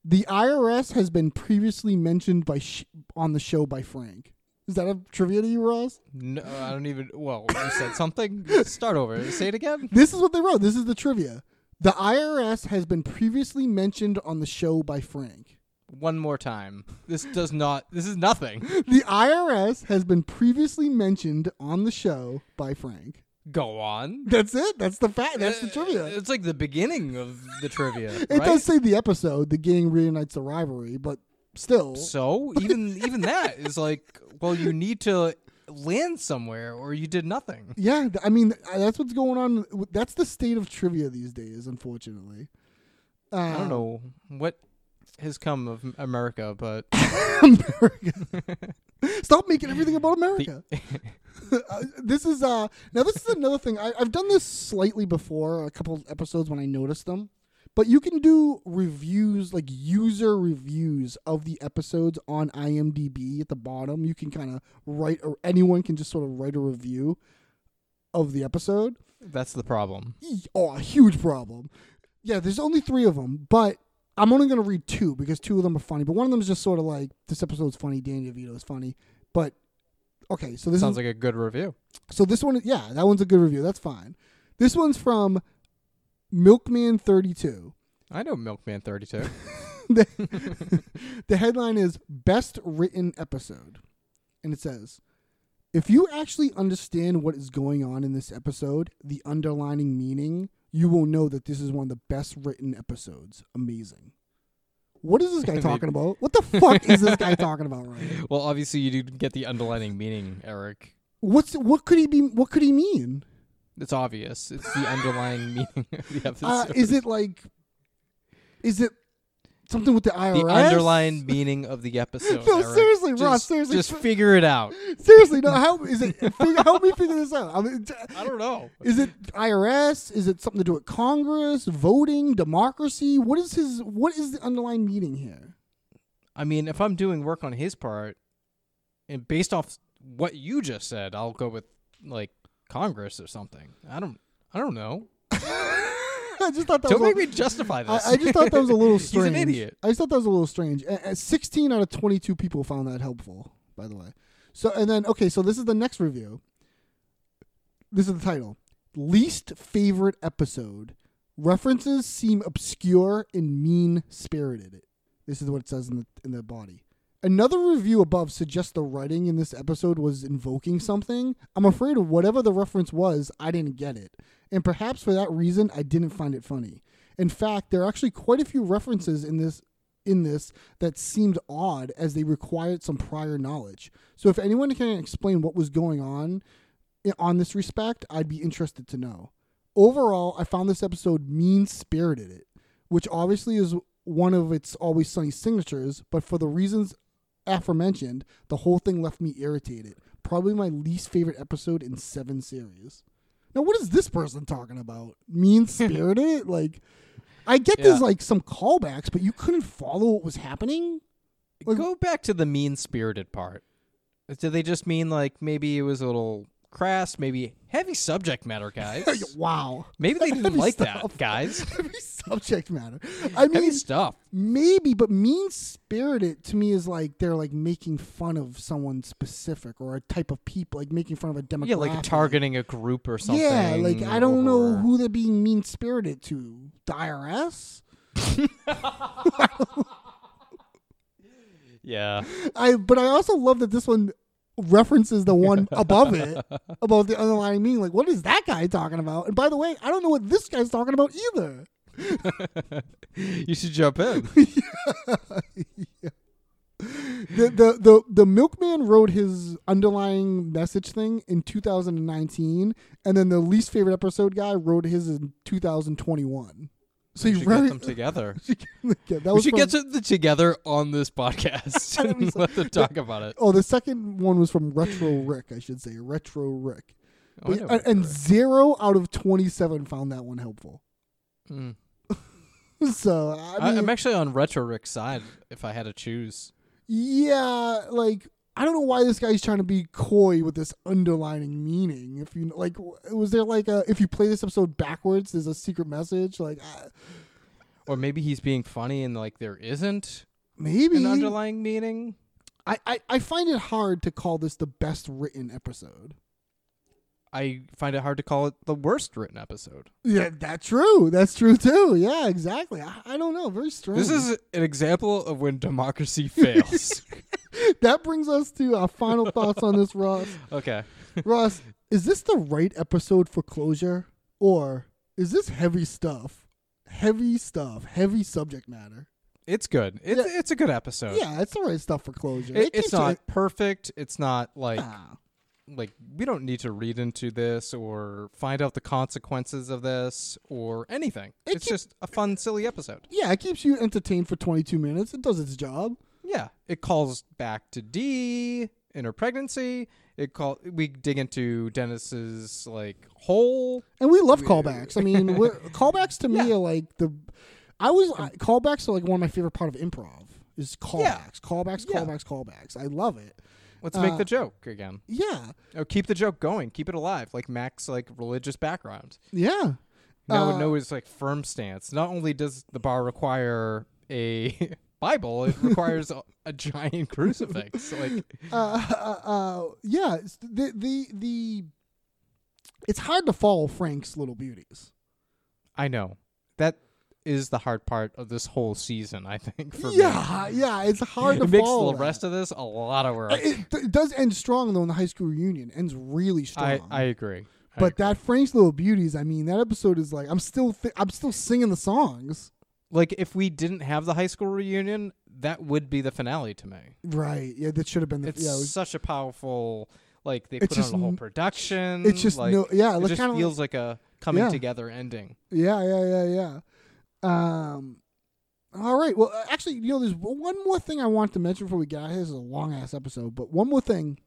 The IRS has been previously mentioned by sh- on the show by Frank. Is that a trivia to you, Ross? No, I don't even. Well, you said something. Start over. Say it again. This is what they wrote. This is the trivia. The IRS has been previously mentioned on the show by Frank. One more time. This does not. This is nothing. The IRS has been previously mentioned on the show by Frank. Go on. That's it. That's the fact. That's Uh, the trivia. It's like the beginning of the trivia. It right? does say the episode, the gang reunites the rivalry, but still. So even even that is like, well, you need to land somewhere, or you did nothing. Yeah, th- I mean th- that's what's going on. w- That's the state of trivia these days, unfortunately. Uh, I don't know what has come of America, but America. Stop making everything about America. Uh, this is uh now this is another thing. I, I've done this slightly before, a couple episodes when I noticed them. But you can do reviews, like user reviews of the episodes on IMDb at the bottom. You can kind of write, or anyone can just sort of write a review of the episode. that's the problem. oh, a huge problem. Yeah, there's only three of them, but I'm only going to read two because two of them are funny. But one of them is just sort of like this episode's funny. Danny DeVito is funny, but okay. So this Sounds is, like a good review. so this one, yeah, that one's a good review. That's fine. This one's from Milkman Thirty Two. I know Milkman Thirty Two. the, the headline is best written episode and it says if you actually understand what is going on in this episode the underlining meaning you will know that this is one of the best written episodes amazing what is this guy talking about what the fuck is this guy talking about right now? well, obviously you didn't get the underlining meaning, Eric. what's what could he be what could he mean It's obvious. It's the underlying meaning of the episode. uh, is it like is it something with the irs the underlying meaning of the episode? No, Eric. seriously, just, Ross, seriously. just figure it out. seriously no how is it figure- help me figure this out I mean, t- I don't know. Is it IRS? Is it something to do with Congress, voting, democracy? What is his? What is the underlying meaning here? I mean, if I'm doing work on his part, and based off what you just said, I'll go with like Congress or something. I don't. I don't know. I just thought that Don't was. make me justify I, this. I just thought that was a little strange. He's an idiot. I just thought that was a little strange. A- a- Sixteen out of twenty-two people found that helpful, by the way. So and then okay, so this is the next review. This is the title: least favorite episode. References seem obscure and mean spirited. This is what it says in the in the body. Another review above suggests the writing in this episode was invoking something. I'm afraid of whatever the reference was, I didn't get it. And perhaps for that reason I didn't find it funny. In fact, there are actually quite a few references in this in this that seemed odd as they required some prior knowledge. So if anyone can explain what was going on i- on this respect, I'd be interested to know. Overall, I found this episode mean-spirited, which obviously is one of its always sunny signatures, but for the reasons aforementioned, the whole thing left me irritated. Probably my least favorite episode in seven series. Now, what is this person talking about? Mean spirited? like, I get Yeah. there's like some callbacks, but you couldn't follow what was happening. Like- Go back to the mean spirited part. Did they just mean like maybe it was a little crass, maybe heavy subject matter, guys? Wow. maybe they didn't Heavy like stuff. that, guys. Every subject matter. I mean, heavy stuff. maybe, but mean spirited to me is like they're like making fun of someone specific or a type of people, like making fun of a demographic. Yeah, like targeting a group or something. Yeah, like I don't know or- who they're being mean spirited to. The IRS? Yeah. I but I also love that this one references the one above it about the underlying meaning. Like, what is that guy talking about? And by the way, I don't know what this guy's talking about either. You should jump in. the, the the the milkman wrote his underlying message thing in 2019 and then the least favorite episode guy wrote his in 2021 so We you should very get them together. yeah, that We was should get from- them together on this podcast and let them talk about it. oh the second one was from retro rick i should say retro rick Oh, I But- know and, Retro and Rick. zero out of 27 found that one helpful Mm. so i I mean I'm actually on Retro Rick's side if I had to choose. yeah like i don't know why this guy's trying to be coy with this underlining meaning if you like w- was there like a if you play this episode backwards there's a secret message like I, Or maybe he's being funny and like there isn't maybe an underlying meaning. I, I i find it hard to call this the best written episode I find it hard to call it the worst written episode. yeah that's true that's true too yeah exactly i, I don't know very strange This is an example of when democracy fails. that brings us to our final thoughts on this ross okay. ross is this the right episode for closure or is this heavy stuff heavy stuff heavy subject matter It's good. It's it's a good episode. Yeah, it's the right stuff for closure. It- It Ah. keeps it's not perfect. It's not like Nah. like we don't need to read into this or find out the consequences of this or anything. It it's keep- just a fun, silly episode. yeah, it keeps you entertained for 22 minutes. It does its job. Yeah, it calls back to D in her pregnancy. It call we dig into Dennis's like hole. And we love callbacks. I mean, we're, callbacks to me are like the. I was I, callbacks are like one of my favorite part of improv is callbacks, Um, Yeah. callbacks, Yeah. callbacks, callbacks. I love it. Let's make Ah. the joke again. Yeah, Oh, keep the joke going. Keep it alive. Like Mac's like religious background. yeah. Now Uh, would know his like firm stance. Not only does the bar require a Bible, it requires a, a giant crucifix. Like uh, uh, uh, yeah, it's the the the. It's hard to follow Frank's little beauties. I know that is the hard part of this whole season. I think for me. Yeah, yeah, it's hard to It makes follow. the that. rest of this a lot of work. it, it does end strong though in the high school reunion. Ends really strong. I, I agree. I um, but agree. that French Little Beauties, I mean, that episode is like I'm still thi- I'm still singing the songs. like if we didn't have the high school reunion, that would be the finale to me. Right. Yeah, that should have been the It's yeah. It was, such a powerful like they It's put just on a whole n- production. it's just like, no- yeah, it like, just kinda feels like, a coming Yeah. together ending. yeah, yeah, yeah, yeah. Um all right. Well, uh, actually, you know, there's w- one more thing I want to mention before we get out. of here. This is a long ass episode, but one more thing.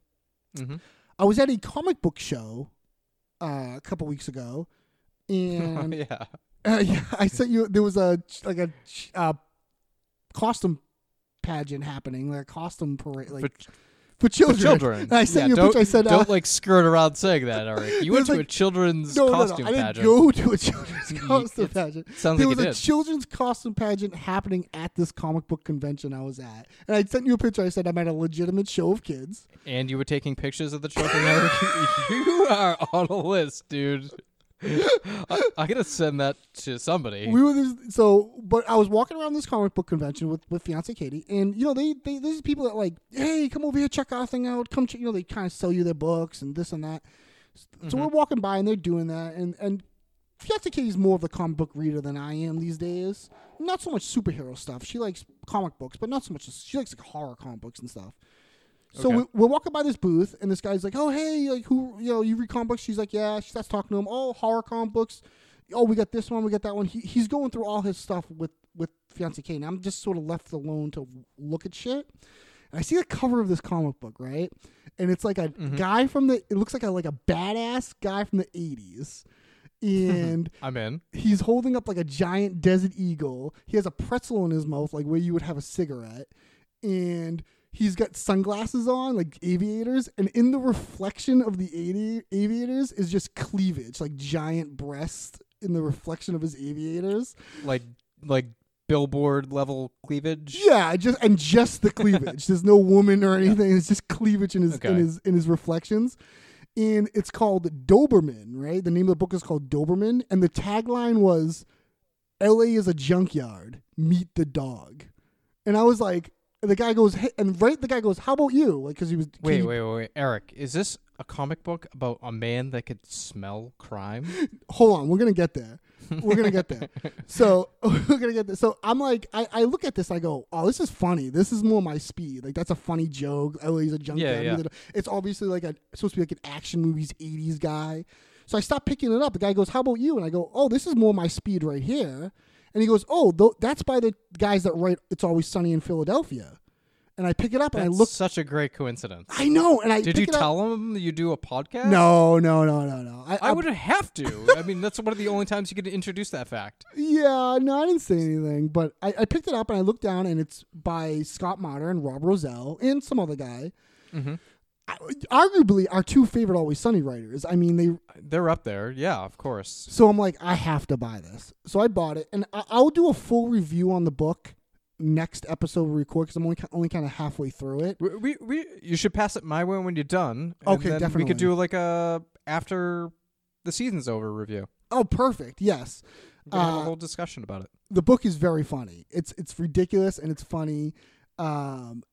Mhm. I was at a comic book show uh, a couple weeks ago, and yeah. Uh, yeah, I sent you. There was a ch- like a ch- uh, costume pageant happening, like a costume parade, like ch- for, children. children. And I sent Yeah, you a don't, picture. I said, don't uh, like skirt around saying that, Eric. You went There's, to a like- children's no, no, no. costume I didn't pageant. go to a children's You- costume it's- pageant. sounds there like was you a did. children's costume pageant happening at this comic book convention I was at, and I sent you a picture. I said I'm at a legitimate show of kids. and you were taking pictures of the children. Eric. you are on a list, dude. I, I gotta send that to somebody. We were this, so, but I was walking around this comic book convention with with fiance Katie, and you know they they these people that like, hey, come over here, check our thing out, come, check, you know, they kind of sell you their books and this and that. So we're walking by and they're doing that, and and fiance Katie's more of a comic book reader than I am these days. Not so much superhero stuff. She likes comic books, but not so much. She likes like horror comic books and stuff. So Okay. we, we're walking by this booth, and this guy's like, "Oh, hey, like who? You know, you read comic books?" She's like, "Yeah." She starts talking to him. Oh, horror comic books. Oh, we got this one. We got that one. He, he's going through all his stuff with with fiance Kane. I'm just sort of left alone to look at shit. I see the cover of this comic book, right? And it's like a guy from the. It looks like a like a badass guy from the '80s, and I'm in. he's holding up like a giant desert eagle. He has a pretzel in his mouth, like where you would have a cigarette, and he's got sunglasses on, like aviators. And in the reflection of the avi- aviators is just cleavage, like giant breasts in the reflection of his aviators. Like like billboard level cleavage. Yeah, just and just the cleavage. There's no woman or anything. It's just cleavage in his in Okay. his in his reflections. And it's called Doberman, right? The name of the book is called Doberman, and the tagline was LA is a junkyard. Meet the dog. And I was like, and the guy goes, hey, and right, the guy goes, how about you? Like, because he was. Wait, he- wait, wait, wait, Eric, is this a comic book about a man that could smell crime? hold on, we're gonna get there. We're gonna get there. so we're gonna get there. So I'm like, I, I look at this, I go, oh, this is funny. This is more my speed. Like that's a funny joke. Oh, he's a junkyard. Yeah, yeah. It's obviously like a it's supposed to be like an action movies '80s guy. So I stop picking it up. The guy goes, "How about you?" And I go, "Oh, this is more my speed right here." And he goes, "Oh, tho- that's by the guys that write It's Always Sunny in Philadelphia." And I pick it up That's and I look. such a great coincidence. I know. And I Did pick you it up- tell him you do a podcast? No, no, no, no, no. I, I I- would have to. I mean, that's one of the only times you could introduce that fact. Yeah, no, I didn't say anything, but I, I picked it up and I looked down, and it's by Scott Motter and Rob Rosell and some other guy. I, arguably, our two favorite Always Sunny writers. I mean, they. They're up there. Yeah, of course. So I'm like, I have to buy this. So I bought it, and I, I'll do a full review on the book next episode we record because I'm only ki- only kind of halfway through it. We, we, we you should pass it my way when you're done. and Okay, then We definitely. could do like a after the season's over review. Oh, perfect. Yes. We could have a Uh, whole discussion about it. the book is very funny. It's it's ridiculous and it's funny. Um,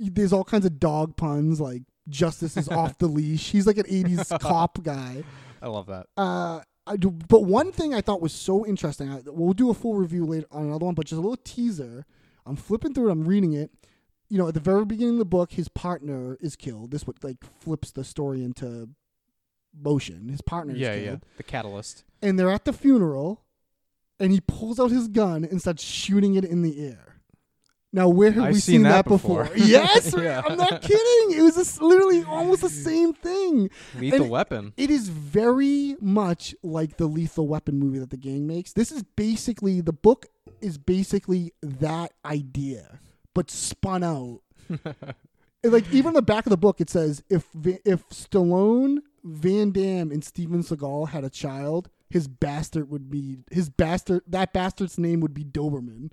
y- there's all kinds of dog puns like Justice is off the leash. He's like an '80s cop guy. I love that. Uh, I do, but one thing I thought was so interesting. I, we'll do a full review later on another one, but just a little teaser. I'm flipping through it. I'm reading it. You know, at the very beginning of the book, his partner is killed. This what like flips the story into motion. His partner is Yeah, killed yeah. The catalyst. and they're at the funeral, and he pulls out his gun and starts shooting it in the air. Now, where have I've we seen seen that that before? before. yes, Yeah. I'm not kidding. It was just literally almost the same thing. Lethal it- weapon. It is very much like the Lethal Weapon movie that the gang makes. This is basically the book is basically that idea, but spun out. And, like even in the back of the book, it says if Va- if Stallone, Van Damme, and Steven Seagal had a child, his bastard would be his bastard. That bastard's name would be Doberman.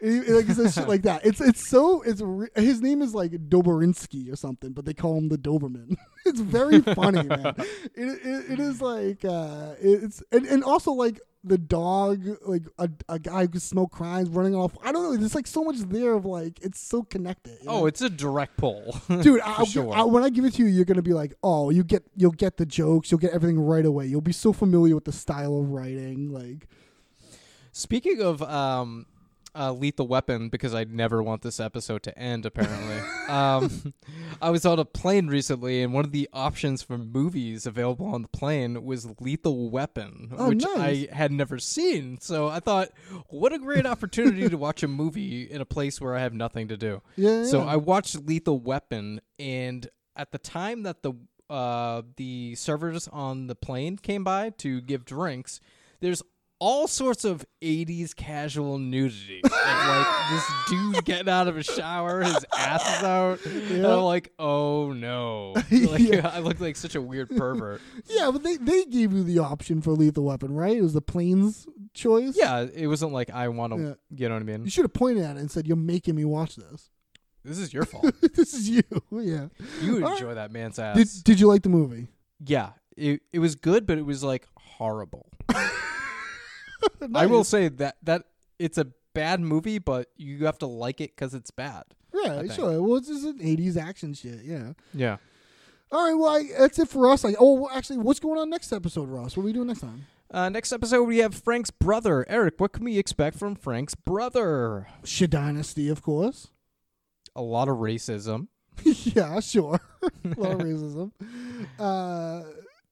And he- like it's just shit like that. It's it's so it's re- his name is like Doberinsky or something, but they call him the Doberman. it's very funny, man. It, it, it is like uh, it's and, and also like the dog, like a, a guy who smelled crimes running off. I don't know. There's like so much there of like it's so connected. you know? Oh, it's a direct pull. dude I, sure. I, when i give it to you you're gonna be like oh you get you'll get the jokes you'll get everything right away you'll be so familiar with the style of writing like Speaking of um, uh, Lethal Weapon, because I never want this episode to end, apparently, um, I was on a plane recently, and one of the options for movies available on the plane was Lethal Weapon, Oh, which nice. I had never seen. So I thought, what a great opportunity to watch a movie in a place where I have nothing to do. Yeah, So yeah. I watched Lethal Weapon, and at the time that the uh, the servers on the plane came by to give drinks, there's all sorts of 80s casual nudity. of like this dude getting out of a shower, his ass is out. And I'm like, oh no. Like, Yeah. I look like such a weird pervert. yeah but they, they gave you the option for lethal weapon right it was the planes choice Yeah, it wasn't like I want to, Yeah. you know what I mean? you should have pointed at it and said you're making me watch this This is your fault. this is you yeah You All right. enjoy that man's ass. did, did you like the movie yeah, it, it was good, but it was like horrible. I will say that that it's a bad movie, but you have to like it because it's bad. yeah think. sure well it's just an 80s action shit yeah Yeah. all right well I, that's it for us like oh well, actually what's going on next episode ross what are we doing next time Uh, next episode, we have Frank's brother. Eric, what can we expect from Frank's brother? shit dynasty of course A lot of racism. yeah, sure. a lot of racism. Uh,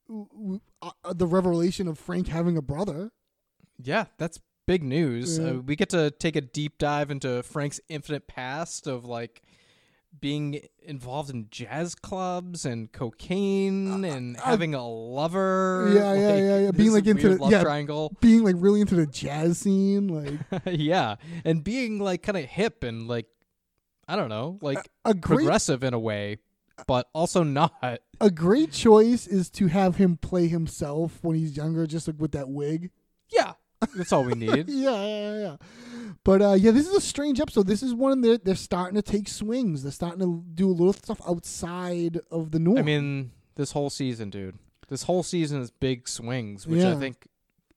w- w- uh, the revelation of Frank having a brother. Yeah, that's big news. Yeah. Uh, we get to take a deep dive into Frank's infinite past of like being involved in jazz clubs and cocaine and having a lover. Uh, Yeah, yeah, yeah, yeah. this Being like into weird the love yeah, triangle. being like really into the jazz scene, like yeah, and being like kind of hip and like I don't know, like a great Uh, progressive in a way, but also not. a great choice is to have him play himself when he's younger, just like with that wig. Yeah, that's all we needed. Yeah, yeah, yeah. But uh, yeah, this is a strange episode. This is one that they're starting to take swings. They're starting to do a little stuff outside of the norm. I mean, this whole season, dude. This whole season is big swings, which Yeah. I think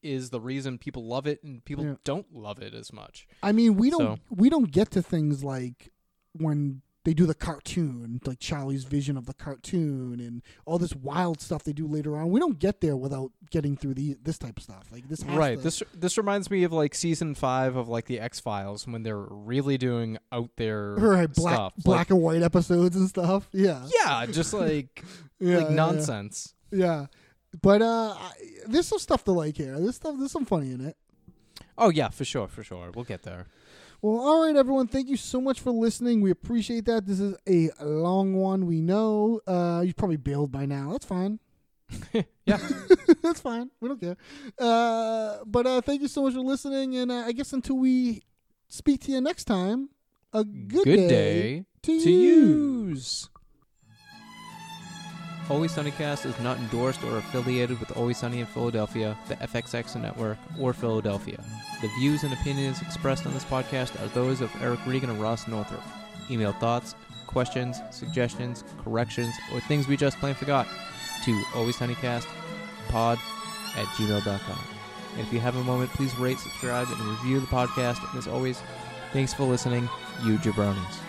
is the reason people love it and people Yeah. don't love it as much. I mean, we don't So- we don't get to things like when they do the cartoon, like Charlie's vision of the cartoon and all this wild stuff they do later on. We don't get there without getting through the this type of stuff. Like this, has right. to- This this reminds me of like season five of like the X Files when they're really doing out there right black stuff. Like, black and white episodes and stuff. Yeah, yeah, just like Yeah, yeah, like yeah. nonsense. yeah. But uh, I- there's some stuff to like here. There's stuff. There's some funny in it. Oh yeah, for sure, for sure. We'll get there. Well, all right, everyone. Thank you so much for listening. We appreciate that. This is a long one. We know uh, you probably bailed by now. That's fine. Yeah. That's fine. We don't care. Uh, but uh, thank you so much for listening. And uh, I guess until we speak to you next time, a good, Good day to, to you. use. Always Sunnycast is not endorsed or affiliated with Always Sunny in Philadelphia, the FXX Network, or Philadelphia. The views and opinions expressed on this podcast are those of Eric Regan and Ross Northrup. Email thoughts, questions, suggestions, corrections, or things we just plain forgot to alwayssunnycastpod at gmail.com. And if you have a moment, please rate, subscribe, and review the podcast. And as always, thanks for listening, you jabronis.